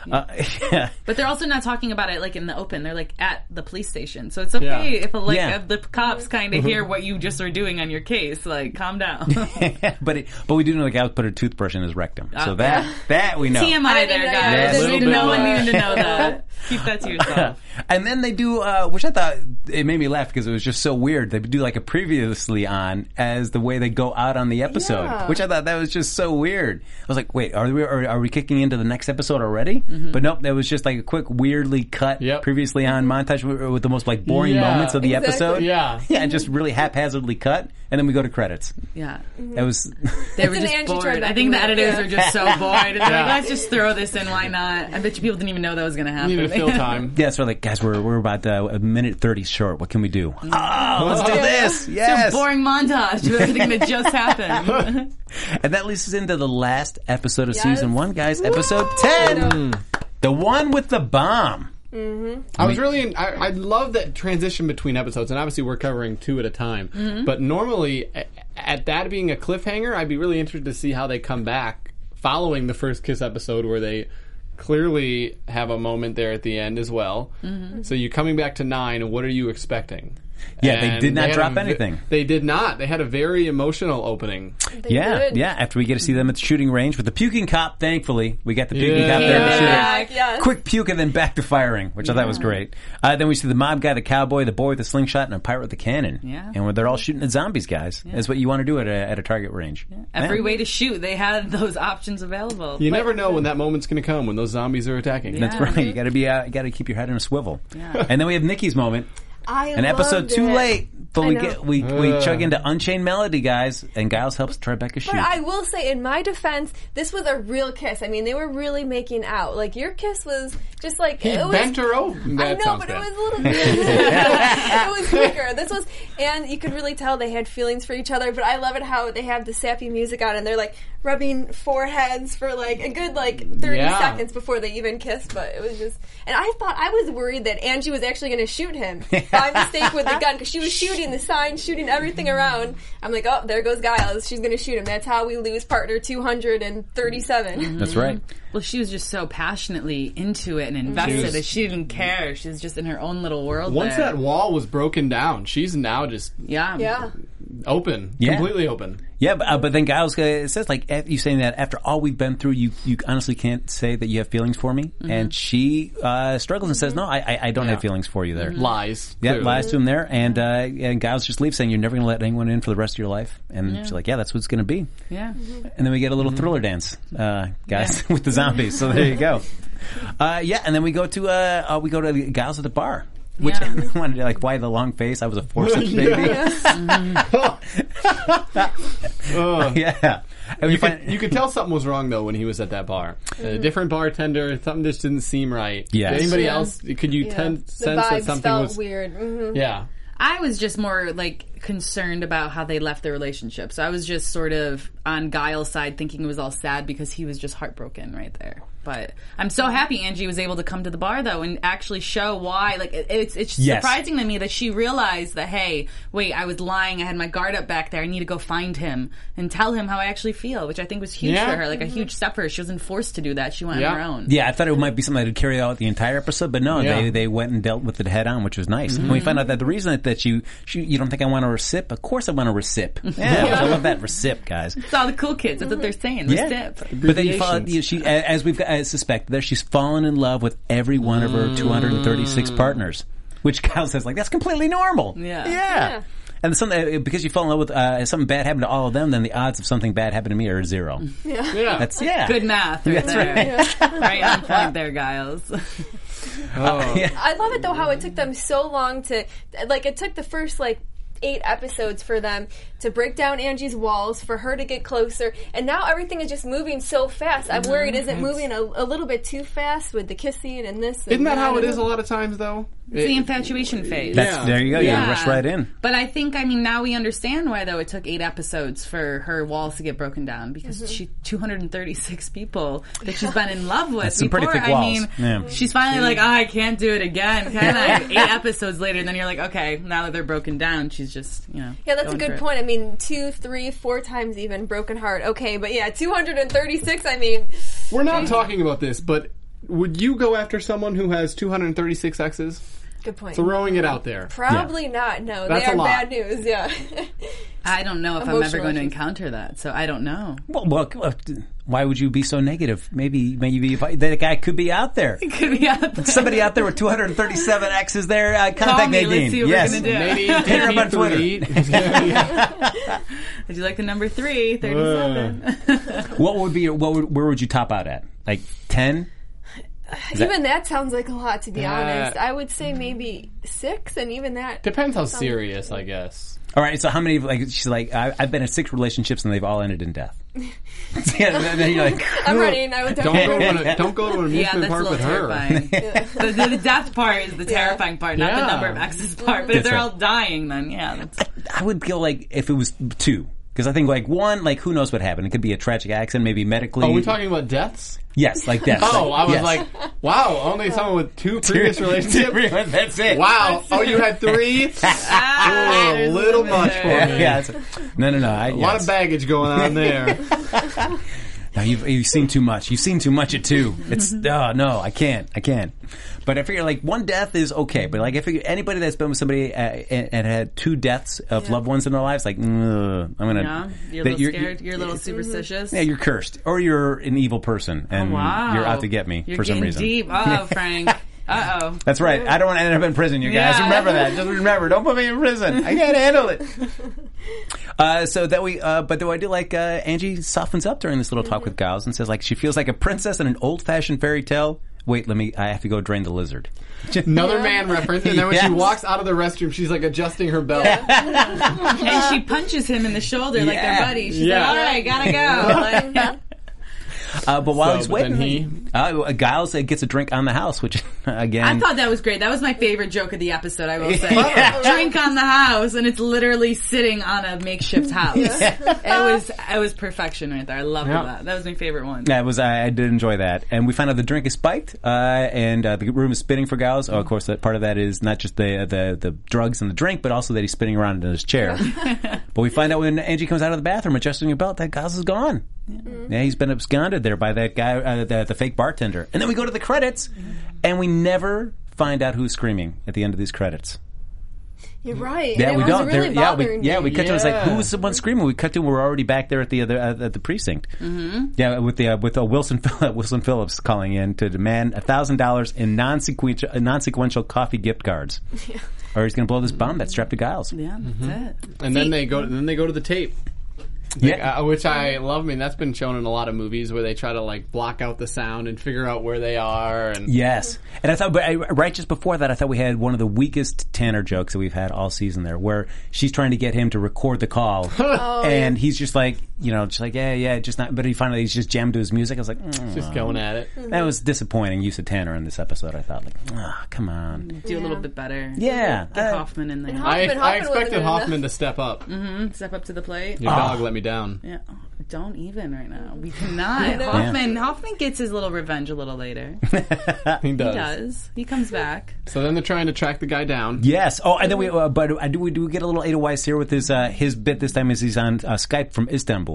Uh, <laughs> yeah.
but they're also not talking about it like in the open. They're like at the police station, so it's okay
Yeah.
if like
Yeah.
if the cops kind of hear what you just are doing on your case. Like, calm down. TMI
but it, but we do know the guy put a toothbrush in his rectum. so that that
<laughs>
we know.
there,
even know
guys.
that.
Yes.
No one
Little bit
needed to know that. Keep that to
<laughs>
yourself.
And then they do, uh, which I thought it made me laugh because it was just so weird. They do like a previously on as the way they go out on the episode,
Yeah.
which I thought that was just so weird. I was like, wait, are we are, are we kicking into the next episode already? But nope, that was just like a quick, weirdly cut
Yep.
previously on montage with, with the most like boring
Yeah,
moments of the
exactly.
episode.
yeah.
yeah, and just really haphazardly cut, and then we go to credits.
Yeah,
That was <laughs>
they were
an
just
Angie
bored.
Tribeca
I think the
movie,
editors
yeah.
are just <laughs> so bored. And they're like, let's just throw this in. Why not? I bet you people didn't even know that was going to happen.
needed fill time.
<laughs> yeah. So we're like, guys, we're we're about uh, a minute thirty short. What can we do? Ah, let's do this. Yes,
Boring montage of everything that just happened.
And that leads us into the last episode of
Yes.
season one, guys. Episode ten, the one with the bomb.
Mm-hmm.
I was really, in, I, I love that transition between episodes, and obviously we're covering two at a time. But normally, a- at that being a cliffhanger, I'd be really interested to see how they come back following the first kiss episode, where they Mm-hmm. clearly have a moment there at the end as well. So you're coming back to nine, and what are you expecting?
Yeah, they
And
did not
had
drop
a ve-
anything.
They did not. They had a very emotional opening.
They
Yeah,
did.
yeah. After we get to see them at the shooting range with the puking cop, thankfully we got the puking
Yeah.
cop there. in the shooting.
Yeah.
Back, yes.
Quick puke and then back to firing, which I thought was great. Uh, then we see the mob guy, the cowboy, the boy with the slingshot, and a pirate with a cannon.
Yeah.
And they're all shooting at zombies, guys. That's what you want to do at a, at a target range.
Every
Yeah.
way to shoot, they had those options available.
You never know when that moment's going to come when those zombies are attacking.
That's right. You got to be. Uh, you got to keep your head in a swivel. And then we have Nikki's moment.
I
An episode
loved
too
it.
late, but
I
we
know.
get we, we
Ugh.
chug into Unchained Melody, guys, and Giles helps Tribeca shoot.
But I will say, in my defense, this was a real kiss. I mean, they were really making out. Like your kiss was just like
He
it was.
bent her over.
I
That
know,
sounds
but
bad.
it was a little. it was quicker. This was, and you could really tell they had feelings for each other. But I love it how they have the sappy music on and they're like rubbing foreheads for like a good like thirty
Yeah.
seconds before they even kissed. But it was just, and I thought I was worried that Angie was actually going to shoot him by mistake with the gun because she was shooting the sign, shooting everything around. I'm like, oh, there goes Giles. She's going to shoot him. That's how we lose partner two hundred and thirty-seven.
That's right.
Well, she was just so passionately into it and invested
She was-
that she didn't care. She was just in her own little world.
Once
there.
that wall was broken down, she's now just
yeah,
Yeah.
open, completely open.
Yeah, but, uh, but then Giles uh, says like af- you saying that after all we've been through, you you honestly can't say that you have feelings for me.
Mm-hmm.
And she uh, struggles and says, "No, I I, I don't have feelings for you." There,
Lies.
yeah,
clearly.
lies to him there, and uh, and Giles just leaves saying, "You're never going to let anyone in for the rest of your life." And she's like, "Yeah, that's what it's going to be."
yeah.
And then we get a little
Mm-hmm.
thriller dance, uh, guys, <laughs> with the zombies. So there you
<laughs>
go. Uh, yeah, and then we go to uh, uh, we go to the Giles at the bar, which
Yeah.
I <laughs> wanted to like why the long face? I was a
<laughs>
forceps baby. <laughs>
Ugh.
yeah, and we
You could,
find-
you could tell something was wrong though when he was at that bar. A different bartender, something just didn't seem right.
Yes.
Did Anybody
Yeah.
else? Could you ten-
the
sense that
vibes
something
felt
was?
weird. hmm
Yeah.
I was just more like concerned about how they left their relationship. So I was just sort of on Guile's side, thinking it was all sad because he was just heartbroken right there. But I'm so happy Angie was able to come to the bar though and actually show why. Like it, it's it's
Yes.
surprising to me that she realized that hey, wait, I was lying. I had my guard up back there. I need to go find him and tell him how I actually feel, which I think was huge
Yeah.
for her. Like a huge step for her. She wasn't forced to do that. She went
Yeah.
on her own.
Yeah, I thought it might be something that would carry out the entire episode, but no,
Yeah. Mm-hmm.
they, they went and dealt with it head on, which was nice. And we found out that the reason that, that you, she, you don't think I want to recip, of course I want to
<laughs>
recip. Yeah, I love that recip, guys.
It's all the cool kids. That's what they're saying.
Yeah,
Recip.
but then you follow,
Abbreviations.
you, she, a- as we've as suspected there, she's fallen in love with every one of
Mm.
her 236 partners, which Kyle says like that's completely normal.
Yeah.
yeah. And something because you fall in love with uh, something bad happened to all of them, then the odds of something bad happening to me are zero.
Yeah.
That's yeah.
Good math right there. <laughs> Right. on point there, Giles.
I love it though how it took them so long to like it took the first like eight episodes for them to break down Angie's walls for her to get closer and now everything is just moving so fast
Mm-hmm.
I'm worried is it moving a, a little bit too fast with the kissing and this and
Isn't that how it is a
and-
lot of times though?
It's the
It-
infatuation phase.
That's,
Yeah.
There you go. You
Yeah.
rush right in.
But I think, I mean, now we understand why, though, it took eight episodes for her walls to get broken down because
Mm-hmm.
she 236 people that she's been in love with.
some pretty
before.
thick
I
walls.
mean,
Yeah.
she's finally like, oh, I can't do
<laughs>
it again. Can I? eight episodes later, and then you're like, okay, now that they're broken down, she's just, you know.
yeah
Oh,
that's a
going
good
for it.
point I mean two three four times even broken heart okay but yeah 236 I mean
We're not talking about this, but would you go after someone who has 236 exes?
good point
Throwing it out there.
probably not no
That's
they
a
are
lot.
bad news yeah
I don't know if I'm ever
Emotional
going to
issues.
encounter that, so I don't know. <laughs>
Well, well, well, why would you be so negative? Maybe, maybe if I, that guy could be out there.
Could be
<laughs>
out there.
Somebody out there with 237 X's there. Uh, contact
Call me.
Nadine.
Let's see what
yes.
we're going to do.
Maybe
Hit her up on Twitter.
Would you like the number three? 37. <laughs>
What would be your, what would, where would you top out at? Like 10?
<laughs> even that sounds like a lot to be
Yeah.
honest I would say maybe six and even that
Depends how serious, I guess.
All right. So how many, like, she's like, I, I've been in six relationships and they've all ended in death. <laughs> yeah, and then you're like,
I'm running I would
Don't
definitely
go to, an- don't go to an amusement
Yeah, that's a
park
little
with her.
<laughs>
terrifying. the, the, the death part is the terrifying part, not the
Yeah.
number of X's part. But if
That's
they're
right.
all dying, then
<laughs>
yeah, that's,
I would go like, if it was two. Because I think like one, like who knows what happened? It could be a tragic accident, maybe medically.
Are we talking about deaths?
Yes, like that.
Oh, I was
yes. <laughs>
like, wow, only someone with two previous relationships.
that's it.
Wow. Oh, you
<laughs>
had three.
Ah,
a little much for
Yeah,
me.
yeah, that's- no, no, no. I, <laughs>
A lot of baggage going on there.
No, you've, you've seen too much. You've seen too much at two. It's
Mm-hmm.
oh, no, I can't, I can't. But I figure like one death is okay, but like I figure anybody that's been with somebody uh, and, and had two deaths of loved ones in their lives, like mm, I'm gonna.
Yeah, you're a
that
little scared. You're, a little superstitious.
yeah, you're cursed, or you're an evil person, and
Oh, wow.
you're out to get me
You're
for some
getting
reason.
Deep.
<laughs>
Oh, Frank. Uh oh.
That's right. I don't want to end up in prison, you guys.
Yeah.
Remember that. Just remember. Don't put me in prison. I can't handle
<laughs>
it. Uh, so that we, uh, but though I do like uh, Angie softens up during this little talk with Giles and says like she feels like a princess in an old fashioned fairy tale. Wait, let me. I have to go drain the lizard.
Another man reference, and then when she
Yes.
walks out of the restroom, she's like adjusting her belt.
and
<laughs>
she punches him in the shoulder like
Yeah.
they're buddies. She's
Yeah.
like, "All right,
<laughs>
gotta go." Like,
Uh, but while
So,
he's
but then
waiting, uh, Giles uh, gets a drink on the house, which <laughs>
I
again,
thought that was great. That was my favorite joke of the episode. I
<laughs>
will say, drink on the house, and it's literally sitting on a makeshift house. It was, it was perfection right there. I loved
Yeah.
that. That was my favorite one.
That was I, I did enjoy that, and we found out the drink is spiked, uh, and uh, the room is spinning for Giles. Oh, of course, that part of that is not just the uh, the the drugs and the drink, but also that he's spinning around in his chair. but we find out when Angie comes out of the bathroom adjusting her belt that Giles is gone. Yeah, he's been absconded there by that guy, uh, the, the fake bartender, and then we go to the credits, and we never find out who's screaming at the end of these credits.
You're right.
Yeah,
and
we
it was
don't.
Really
There- yeah,
bothering
we yeah
me.
we cut to it's like
Yeah.
who was someone screaming? We cut to we're already back there at the other at, at the precinct. Mm-hmm. Yeah, with the uh, with uh, Wilson <laughs> Phil- Wilson Phillips calling in to demand a thousand dollars in non sequential non sequential coffee gift
<laughs>
cards, or he's going to blow this bomb that's strapped to Giles.
Yeah,
Mm-hmm.
that's it.
and then they go. Then they go to the tape.
Yeah.
Uh, which I love. I mean, that's been shown in a lot of movies where they try to like block out the sound and figure out where they are. And
Yes, and I thought, but I, right just before that, I thought we had one of the weakest Tanner jokes that we've had all season. There, where she's trying to get him to record the
<laughs>
call,
Oh,
and he's just like, you know, just like, yeah, yeah, just not. But he finally he's just jammed to his music. I was like, mm.
just going at it.
That was disappointing use of Tanner in this episode. I thought, like, ah, come on.
Do a little bit better.
Yeah.
Get
Uh, <laughs>
Hoffman in there.
I,
Hoffman-
I
Hoffman wasn't
expected
good enough.
Hoffman to step up.
Step up to the plate.
Your
Ah.
dog let me down.
Yeah. Oh, Don't even right now. We cannot. Hoffman. Hoffman gets his little revenge a little later. He
He does.
does. He comes back.
So then they're trying to track the guy down.
Yes. Oh, and then we, uh, but I do we do get a little Ada Weiss here with his uh, his bit this time is he's on uh, Skype from Istanbul.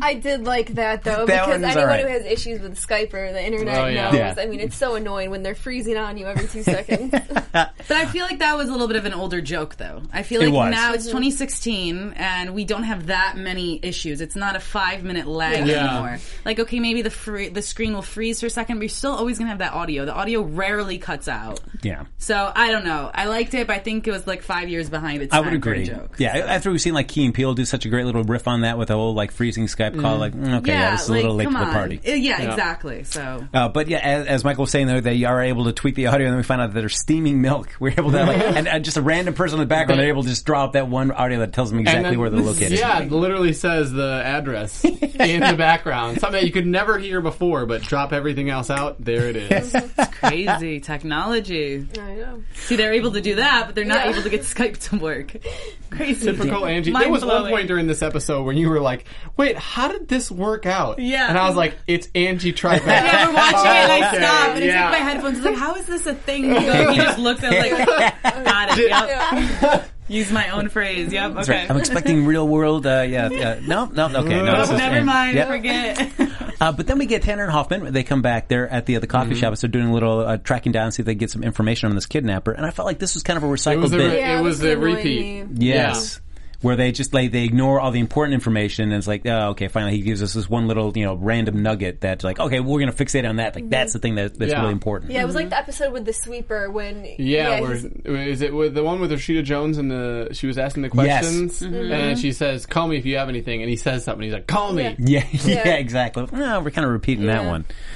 I did like that
That
though, because
one's
anyone
alright.
who has issues with Skype or the internet
Oh, yeah.
knows.
Yeah.
I mean, it's so annoying when they're freezing on you
<laughs>
every two seconds. <laughs>
But I feel like that was a little bit of an older joke, though. I feel like
was.
now it's 2016, and we don't have that many issues. It's not a five minute lag
Yeah.
anymore. Like, okay, maybe the free, the screen will freeze for a second, but you're still always gonna have that audio. The audio rarely cuts out.
Yeah.
So I don't know. I liked it, but I think it was like five years behind its
I
time
would
for a
agree.
joke.
Yeah, after we've seen like Key and Peele do such a great little riff on that with the whole like freezing Skype call, like mm, okay, yeah, this is a little late
come
to the
on.
party.
Uh, Yeah, exactly. So
Uh, but yeah, as, as Michael was saying though, they are able to tweak the audio, and then we find out that they're steaming milk. We're able to have, like, and uh, just a random person in the background, they're able to just draw up that one audio that tells them
And
exactly
then-
where they're located.
Yeah, it literally says the
<laughs>
address in the background. Something that you could never hear before, but drop everything else out. There it is.
it's crazy
<laughs>
technology.
I know.
See, they're able to do that, but they're not
Yeah.
able to get Skype to work. <laughs> Crazy.
Typical Angie. There was one
Mind-blowing.
point during this episode when you were like, "Wait, how did this work out?"
Yeah.
and I was like, "It's Angie
<laughs>
Tribeca."
Yeah, we're watching it and I
Okay,
stop and
yeah.
I take my headphones. It's like, how is this a thing? You go, he just looks
<laughs>
at it like, got it. Yep. Use my own phrase. Yep.
That's
Okay.
right. I'm expecting real world. Uh, yeah, yeah. No, no. Okay. No,
Oh,
this is-
Never mind.
Yep.
<laughs>
Forget.
Uh, but then we get Tanner and Hoffman. They come back. They're at the other coffee
Mm-hmm.
shop. So they're doing a little uh, tracking down, see if they can get some information on this kidnapper. And I felt like this was kind of a
It
recycled
was a,
bit.
Yeah,
it
this
was
is
a
annoying
repeat.
me.
Yes. Where they just like they ignore all the important information and it's like, oh, okay, finally he gives us this one little, you know, random nugget that's like, okay, we're gonna fixate on that. Like that's the thing that, that's
Mm-hmm. Yeah.
really important.
Yeah, it was like the episode with the sweeper when
Yeah, where,
he's-
is it with the one with Rashida Jones and the she was asking the questions
Mm-hmm.
and she says, "Call me if you have anything," and he says something. He's like, "Call me." Yeah.
<laughs> Yeah, yeah, exactly. No, we're kind of repeating that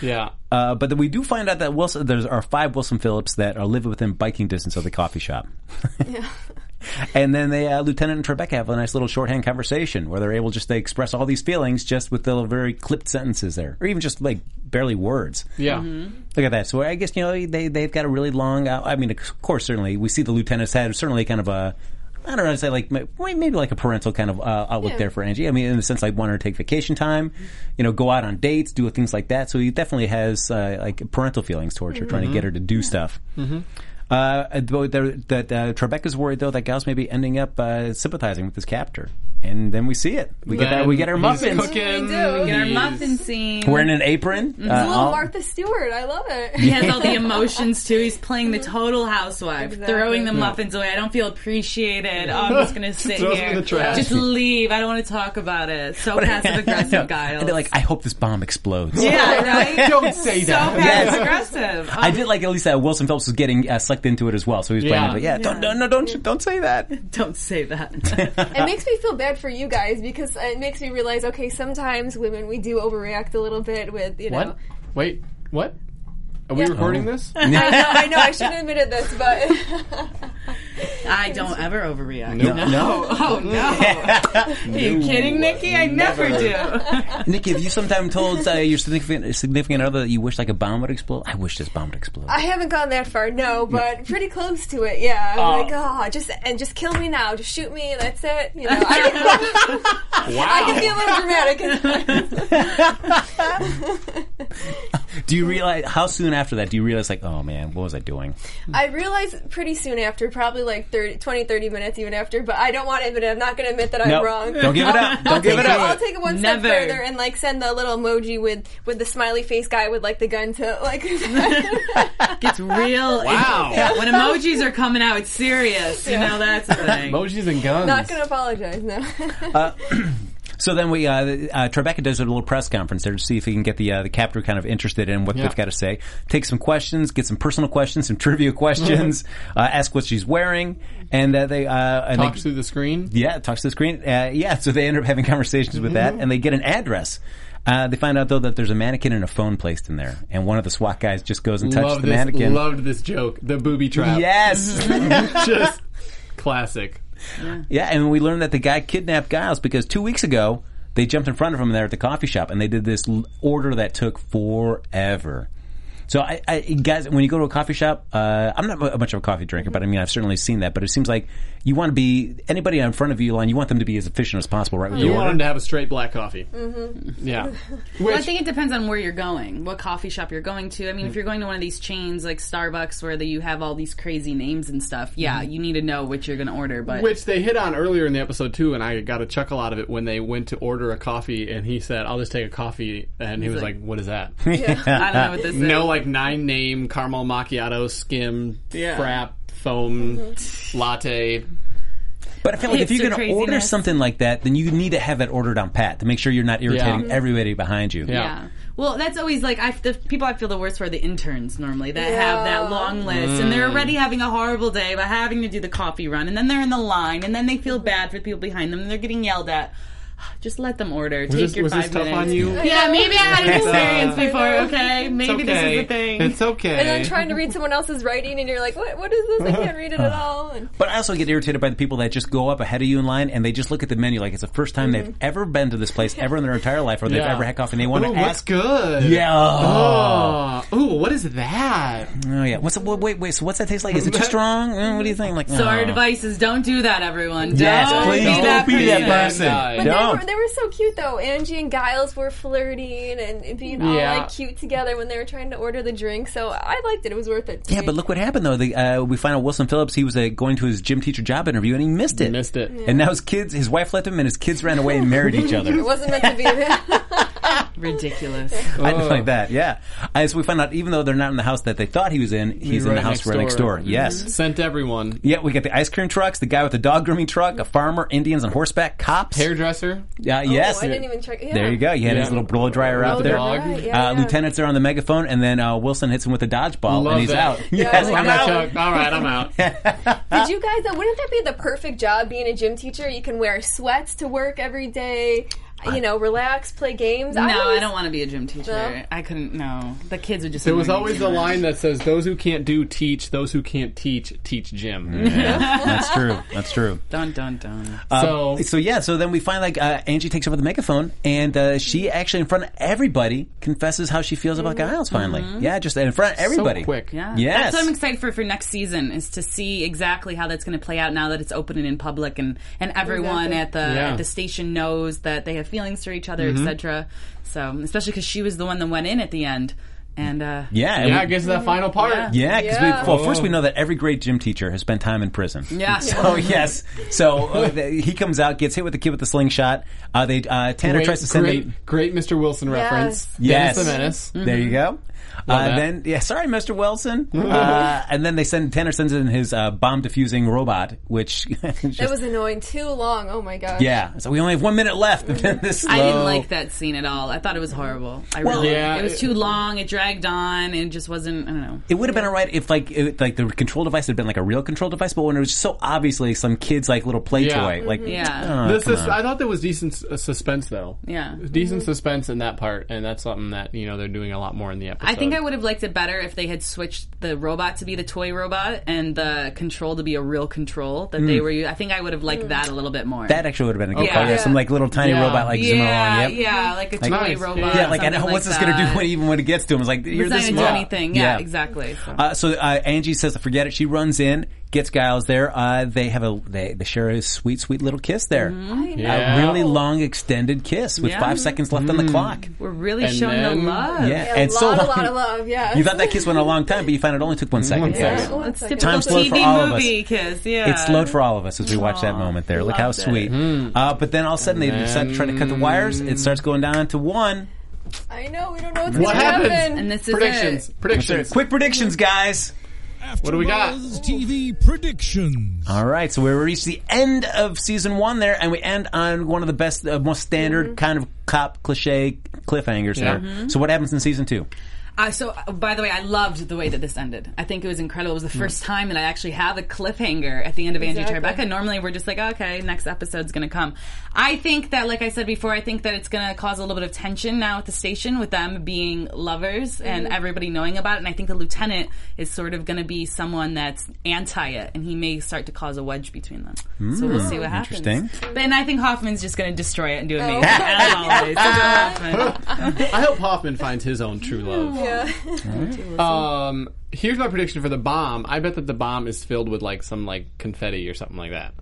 Yeah.
one. Uh, but then we do find out that Wilson, there's are five Wilson Phillips that are living within biking distance of the coffee shop. <laughs> and then they, uh, Lieutenant and Trebek have a nice little shorthand conversation where they're able just to express all these feelings just with little very clipped sentences there, or even just like barely words.
Yeah.
Look at that. So I guess you know they they've got a really long. Uh, I mean, of course, certainly we see the lieutenant's head. Certainly, kind of a. I don't know. I'd say like may- maybe like a parental kind of uh, outlook there for Angie. I mean, in the sense like want her to take vacation time, you know, go out on dates, do things like that. So he definitely has uh, like parental feelings towards her, trying to get her to do stuff. Mm-hmm. Uh, though there- that uh, Trebek is worried though that Gauss may be ending up uh, sympathizing with his captor, and then we see it. We get that. We get our
He's
muffins.
Cooking.
We do.
Our
He's-
muffin scene.
Wearing an apron. Uh,
Little
all-
Martha Stewart, I love it.
he has all the emotions too. He's playing the total housewife,
Exactly.
throwing the muffins away. I don't feel appreciated. Oh, I'm just gonna sit
Throws them
here.
in the trash.
Just leave. I don't want to talk about it.
<laughs>
So passive aggressive, Giles.
And they're like, "Oh." I hope this bomb explodes.
yeah,
<laughs>
right.
Don't say
So
that.
passive aggressive. Oh,
I did like at least that Wilson Phelps was getting uh, sucked into it as well, so he was playing.
Yeah.
it, But yeah, don't, no, no, don't, don't say that.
Don't say
<laughs>
that.
<laughs> It makes me feel bad for you guys because it makes me realize, okay, sometimes women we do overreact a little bit with you know.
What? Wait, what? Are we
Yeah.
recording this?
I know, I know, I shouldn't have admitted this, but
<laughs>
<laughs>
I don't ever overreact.
Nope.
No. Oh no.
<laughs>
Are you kidding, Nikki? I never, do.
Nikki, have you sometime told uh, your significant significant other that you wish like a bomb would explode? I wish this bomb would explode.
I haven't gone that far, no, but pretty close to it, yeah. I'm like, oh, just and just kill me now, just shoot me, that's it.
<laughs>
You know, I can, I can be a little dramatic. <laughs> and-
do you realize how soon after that do you realize like, oh man, what was I doing?
I realized pretty soon after, probably like 30, 20, 30 minutes even after, but I don't want to admit it. I'm not going to admit that I'm
No,
wrong.
don't give it up. Don't give
I'll
it
take
up.
I'll take it one step
Never.
further and like send the little emoji with with the smiley face guy with like the gun to like. <laughs>
It's
<laughs>
real.
Wow.
Yeah, when emojis are coming out, it's serious. You know that's the
<laughs> <laughs>
thing.
Emojis and guns.
not going to apologize. No. <laughs>
So then we, uh, uh, Tribeca does a little press conference there to see if he can get the uh, the captor kind of interested in what
Yeah.
they've got to say. Take some questions, get some personal questions, some trivia <laughs> questions, uh, ask what she's wearing, and uh, they uh, and
Talks
they,
through the screen.
Yeah, talks to the screen. Uh, yeah, so they end up having conversations with
Mm-hmm.
that, and they get an address. Uh, they find out though that there's a mannequin and a phone placed in there, and one of the SWAT guys just goes and touches
Loved
the
this, Mm-hmm.
mannequin.
Loved this joke. The booby trap.
yes,
<laughs> Just classic.
yeah, and we learned that the guy kidnapped Giles because two weeks ago they jumped in front of him there at the coffee shop, and they did this l- order that took forever. So, I, I, guys, when you go to a coffee shop, uh, I'm not mu- much of a coffee drinker, but I mean, I've certainly seen that. But it seems like you want to be anybody in front of you line, you want them to be as efficient as possible, right? With
You
your
want
order.
him to have a straight black coffee. Yeah.
Mm-hmm. <laughs> Well, I think it depends on where you're going, what coffee shop you're going to. I mean, if you're going to one of these chains like Starbucks where the, you have all these crazy names and stuff, yeah,
Mm-hmm.
you need to know what you're going to order. But
Which they hit on earlier in the episode too, and I got a chuckle out of it when they went to order a coffee, and he said, "I'll just take a coffee," and he was like, "What is <laughs> that?"
I don't know what
<laughs>
this
no,
is.
like nine name caramel macchiato, skim,
Yeah. Mm-hmm.
frap, foam, latte.
But I feel like if
Hipster
you're going to order
craziness.
something like that, then you need to have that order down pat to make sure you're not irritating
Yeah.
everybody behind you.
Yeah.
Yeah. Well, that's always like I, the people I feel the worst for are the interns normally that have that long list and they're
Mm.
already having a horrible day by having to do the coffee run and then they're in the line and then they feel bad for the people behind them and they're getting yelled at. <sighs> Just let them order. Take
Was this,
your
was
five
this tough
minutes.
on you?
Yeah, maybe I had an
It's, uh,
experience before. Okay,
It's
<laughs> maybe this
okay.
is the thing.
It's okay.
and then trying to read someone else's writing, and you're like, what? What is this? I can't read it
Uh.
at all. And
But I also get irritated by the people that just go up ahead of you in line and they just look at the menu like it's the first time
Mm-hmm.
they've ever been to this place ever in their entire life or they've
Yeah.
ever heck off and they want
Ooh,
to
what's
ask.
good?
Yeah. Oh.
Oh, ooh, what is that?
yeah. What's what, wait wait? So what's that taste like?
<laughs>
Is it too strong? Mm, what do you think?
uh,
Like
So
oh.
our advice is don't do that, everyone.
Yes,
don't
please
be
don't
that
be that
person.
person.
But
They
Don't.
were, they were so cute though. Angie and Giles were flirting and being
Yeah.
all like cute together when they were trying to order the drink. So I liked it. It was worth it.
Yeah, but look what happened though. The, uh, we find out Wilson Phillips he was uh, going to his gym teacher job interview and he missed it.
Missed it.
And now his kids, his wife left him, and his kids ran away and married each
<laughs>
other.
It wasn't
<laughs>
meant to be.
Ridiculous.
Oh.
I didn't like that. Yeah. As we find out, even though they're not in the house that they thought he was in, he's in
Right
the house
next
right next
door. Mm-hmm.
door. Yes.
Sent everyone.
Yeah, we got the ice cream trucks, the guy with the dog grooming truck, a farmer, Indians on horseback, cops.
Hairdresser.
Yeah, yes.
Oh, I didn't even check. Yeah.
there you go. He had his
Yeah.
little blow dryer out
Oh,
there.
you're right. Yeah,
uh,
yeah.
Lieutenant's there on the megaphone, and then uh, Wilson hits him with a dodgeball,
Love
and he's
that. <laughs>
out.
Yeah,
Yes,
like
I'm
that.
out.
Chuck, all right, I'm out.
Did you guys? Though, wouldn't that be the perfect job? Being a gym teacher, you can wear sweats to work every day. You know, relax, play games.
No, I
always-
don't want to be a gym teacher.
No?
I couldn't. No, the kids would just.
There was
annoy me
always
too
the
much.
line that says, "Those who can't do teach; those who can't teach teach
<laughs>
Jim."
That's true. That's
<laughs>
true.
Dun dun dun.
So,
So yeah, so then we find like uh, Angie takes over the megaphone, and uh, she actually in front of everybody confesses how she feels about Giles. Finally, yeah, just in front of everybody.
Mm-hmm. so quick.
Yeah.
Yes.
That's what I'm excited for for next season is to see exactly how that's going to play out now that it's open and in public and, and everyone
Exactly.
at the
Yeah.
at the station knows that they have feelings for each other, etc. So, especially cuz she was the one that went in at the end And uh,
Yeah, and
Yeah, I
we-
guess that final part.
Yeah, because
Yeah.
we well, first we know that every great gym teacher has spent time in prison. <laughs>
Yeah.
So yes, so uh, th- he comes out, gets hit with the kid with the slingshot. Uh, they uh, Tanner
Great,
tries to send.
great,
the-
great Mr. Wilson reference.
Yes.
Dennis the Menace.
There you go. Uh,
that.
then yeah, sorry, Mr. Wilson. uh, and then they send Tanner sends in his uh, bomb defusing robot, which <laughs> is
That
just,
was annoying. Too long. Oh my gosh.
yeah. So we only have one minute left. this
I
slow-
didn't like that scene at all. I thought it was horrible. I really,
yeah,
it was
it-
too long. It dragged on. It just wasn't. I don't know.
It would have been alright if like it, like the control device had been like a real control device, but when it was so obviously some kid's like little play
Yeah.
toy, like
Yeah.
uh,
This
come
is,
on.
I thought there was decent s- uh, suspense though.
Yeah. Mm-hmm.
decent suspense in that part, and that's something that you know they're doing a lot more in the episode.
I think I would have liked it better if they had switched the robot to be the toy robot and the control to be a real control that they were. u- I think I would have liked that a little bit more.
That actually would have been a good
Yeah.
call. Yeah, some like little tiny
Yeah.
robot like zooming
yeah,
along. Yep.
yeah, like a toy
Nice.
robot.
Yeah, like I
something
know what's this
like
gonna
that.
do when even when it gets to him? It's like you're
It's not
this
gonna do
small.
anything. Yeah, exactly. So.
Uh, so uh, Angie says to forget it. She runs in, gets Giles there. Uh, they have a they, they share a sweet, sweet little kiss there.
Yeah.
A really long, extended kiss with
Mm-hmm. Yeah.
five seconds left on the clock.
We're really
And
showing
then-
the love.
Yeah,
A
and
lot,
so
a
long.
lot of love. Yeah.
You thought that kiss went a long time, but you found it only took one second.
second.
guys.
Oh, it's
It's
like a-
typical
Time's slowed for
TV
all of us.
movie kiss. Yeah,
It's slowed for all of us as we watch that moment there. Look how
loved it.
sweet. Uh, but then all of a sudden they decide to try to cut the wires. It starts going down to one.
I know. We don't know what's
What
gonna
happens?
happen.
And this is
predictions.
it.
Predictions.
<laughs>
Quick predictions, guys.
After
do we got?
Buzz TV predictions.
All right, so we reached the end of season one there, and we end on one of the best, uh, most standard kind of cop cliche cliffhangers
Yeah.
there. So, what happens in season two?
Uh, so, uh, by the way, I loved the way that this ended. I think it was incredible. It was the first time that I actually have a cliffhanger at the end of Angie
Exactly.
Tribeca. Normally, we're just like, okay, next episode's going to come. I think that, like I said before, I think that it's going to cause a little bit of tension now at the station with them being lovers and everybody knowing about it. And I think the lieutenant is sort of going to be someone that's anti it, and he may start to cause a wedge between them. So we'll see what happens.
Interesting.
But and I think Hoffman's just going to destroy it and do amazing. as always. Hoffman.
I hope Hoffman finds his own true love.
Yeah.
Um, here's my prediction for the bomb. I bet that the bomb is filled with like some like confetti or something like that.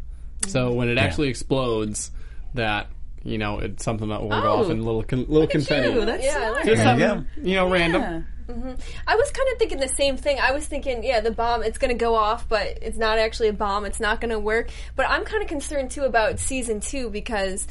So when it actually explodes, that you know it's something that will go
Oh,
off in little con- little confetti.
Ooh, that's
Yeah, I like
smart.
Just
There you
something, you know, random.
I was kind of thinking the same thing. I was thinking, yeah, the bomb, it's going to go off, but it's not actually a bomb. It's not going to work. But I'm kind of concerned too about season two because,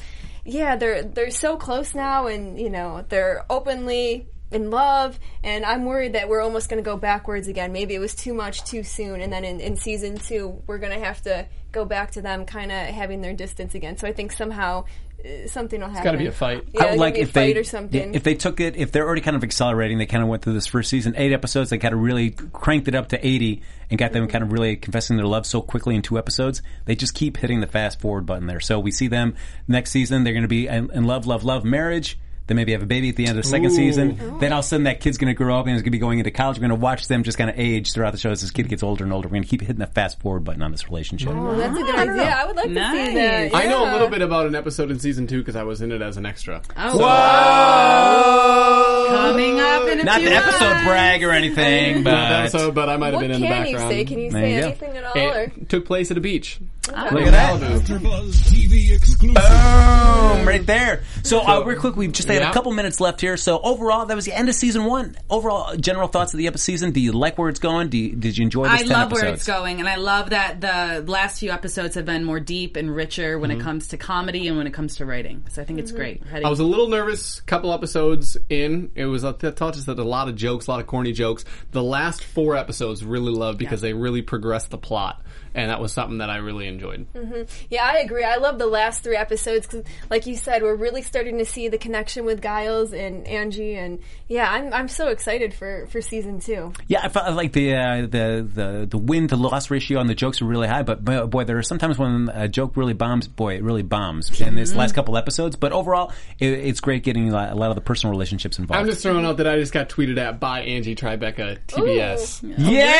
yeah, they're they're so close now, and you know they're openly in love, and I'm worried that we're almost going to go backwards again. Maybe it was too much too soon, and then in, in season two we're going to have to go back to them kind of having their distance again. So I think somehow uh, something will happen. It's
gotta be a fight.
Yeah,
I would like
be a
if
fight
they
or something.
yeah, if they took it if they're already kind of accelerating. They kind of went through this first season, eight episodes. They kind of really cranked it up to eighty and got them kind of really confessing their love so quickly in two episodes. They just keep hitting the fast forward button there. So we see them next season. They're going to be in, in love, love, love, marriage. Then maybe have a baby at the end of the second
Ooh.
season. Then all of a sudden that kid's going to grow up and is going to be going into college. We're going to watch them just kind of age throughout the show as this kid gets older and older. We're going to keep hitting the fast forward button on this relationship.
Oh, that's a good idea. I would like to see that.
Nice.
I know a
Yeah.
little bit about an episode in season two because I was in it as an extra.
Oh, coming up in a
Not
few
the episode
months.
brag or anything,
Not that
but
episode, but I might have
What
been in the
can you
background.
say? Can you
There
say
you go.
anything at all? Or?
It took place at a beach.
look at that.
After Buzz TV exclusive.
Boom! Right there. So, uh, real quick, we just had
Yeah.
a couple minutes left here. So, overall, that was the end of season one. Overall, general thoughts of the epi- season. Do you like where it's going? Do you, did you enjoy this
I
10
love
episodes?
where it's going, and I love that the last few episodes have been more deep and richer when
Mm-hmm.
it comes to comedy and when it comes to writing. So I think it's great. How do
I
you-
was a little nervous. Couple episodes in, it was I thought just that a lot of jokes, a lot of corny jokes. The last four episodes really loved because they really progressed the plot, and that was something that I really enjoyed.
Mm-hmm. Yeah, I agree. I love the last three episodes because, like you said, we're really starting to see the connection with Giles and Angie, and yeah, I'm I'm so excited for for season two.
Yeah, I felt like the uh, the the the win to loss ratio on the jokes were really high, but, but boy, there are sometimes when a joke really bombs. Boy, it really bombs in
Mm-hmm.
this last couple episodes. But overall, it, it's great getting a lot of the personal relationships involved.
I'm just throwing out that I just got tweeted at by Angie Tribeca TBS.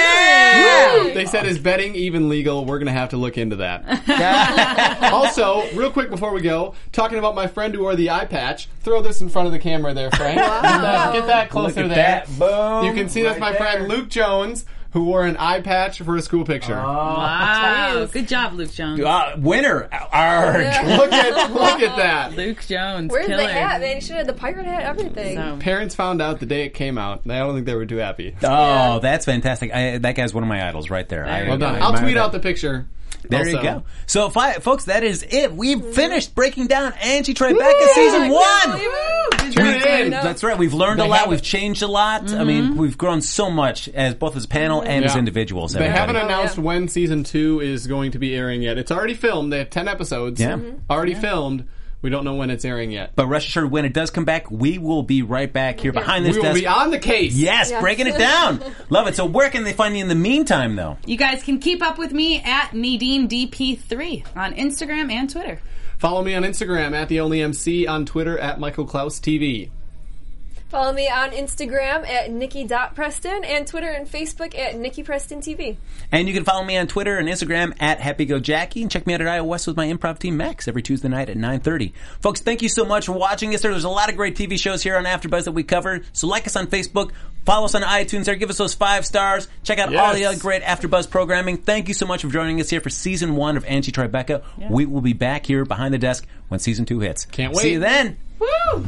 yeah.
They said, "Is betting even legal?" We're gonna have to look into that. also, real quick before we go, talking about my friend who wore the eye patch. Throw this in front of the camera, there, Frank. Get that- Get that closer
Look at
there.
that. Boom.
You can see that's my
Right there.
friend Luke Jones. who wore an eye patch for a school picture.
Oh. Wow. Good job, Luke Jones.
Uh, winner. Arg.
<laughs> Look at look
<laughs>
at that.
Luke Jones.
Where's
killer.
the hat, man? You should have the pirate hat, everything.
So-
Parents found out the day it came out. and I don't think they were too happy.
Oh, that's fantastic. I, that guy's one of my idols right there. I,
Well
I
done. I'll
admire
tweet
that.
out the Mm-hmm. picture.
There you
also.
go. So, fi- folks, that is it. We've finished breaking down Angie Tribeca season
Oh
one.
Tune in.
That's right. We've learned a
They
lot.
haven't-
We've changed a lot. I mean, we've grown so much as both as a panel and as
Yeah.
individuals.
They
everybody.
haven't announced
yeah.
when season two is going to be airing yet. It's already filmed. They have ten episodes.
Yeah. Mhm.
Already filmed. We don't know when it's airing yet.
But rest assured, when it does come back, we will be right back here behind this
we will
desk.
be on the case.
yes,
Yes.
breaking
<laughs>
it down. Love it. So, where can they find you in the meantime, though?
You guys can keep up with me at NadineDP3 on Instagram and Twitter.
Follow me on Instagram at the only MC on Twitter at Michael Klaus TV.
Follow me on Instagram at nikki.preston and Twitter and Facebook at Nikki Preston TV.
And you can follow me on Twitter and Instagram at HappyGoJackie and check me out at Iowa West with my improv team Max every Tuesday night at 9.30. Folks, thank you so much for watching us. There's a lot of great TV shows here on AfterBuzz that we cover. So like us on Facebook, follow us on iTunes there, give us those five stars, check out all the
Yes.
other great AfterBuzz programming. Thank you so much for joining us here for season one of Angie Tribeca. We will be back here behind the desk when season two hits.
Can't
See
wait.
you then.
Woo!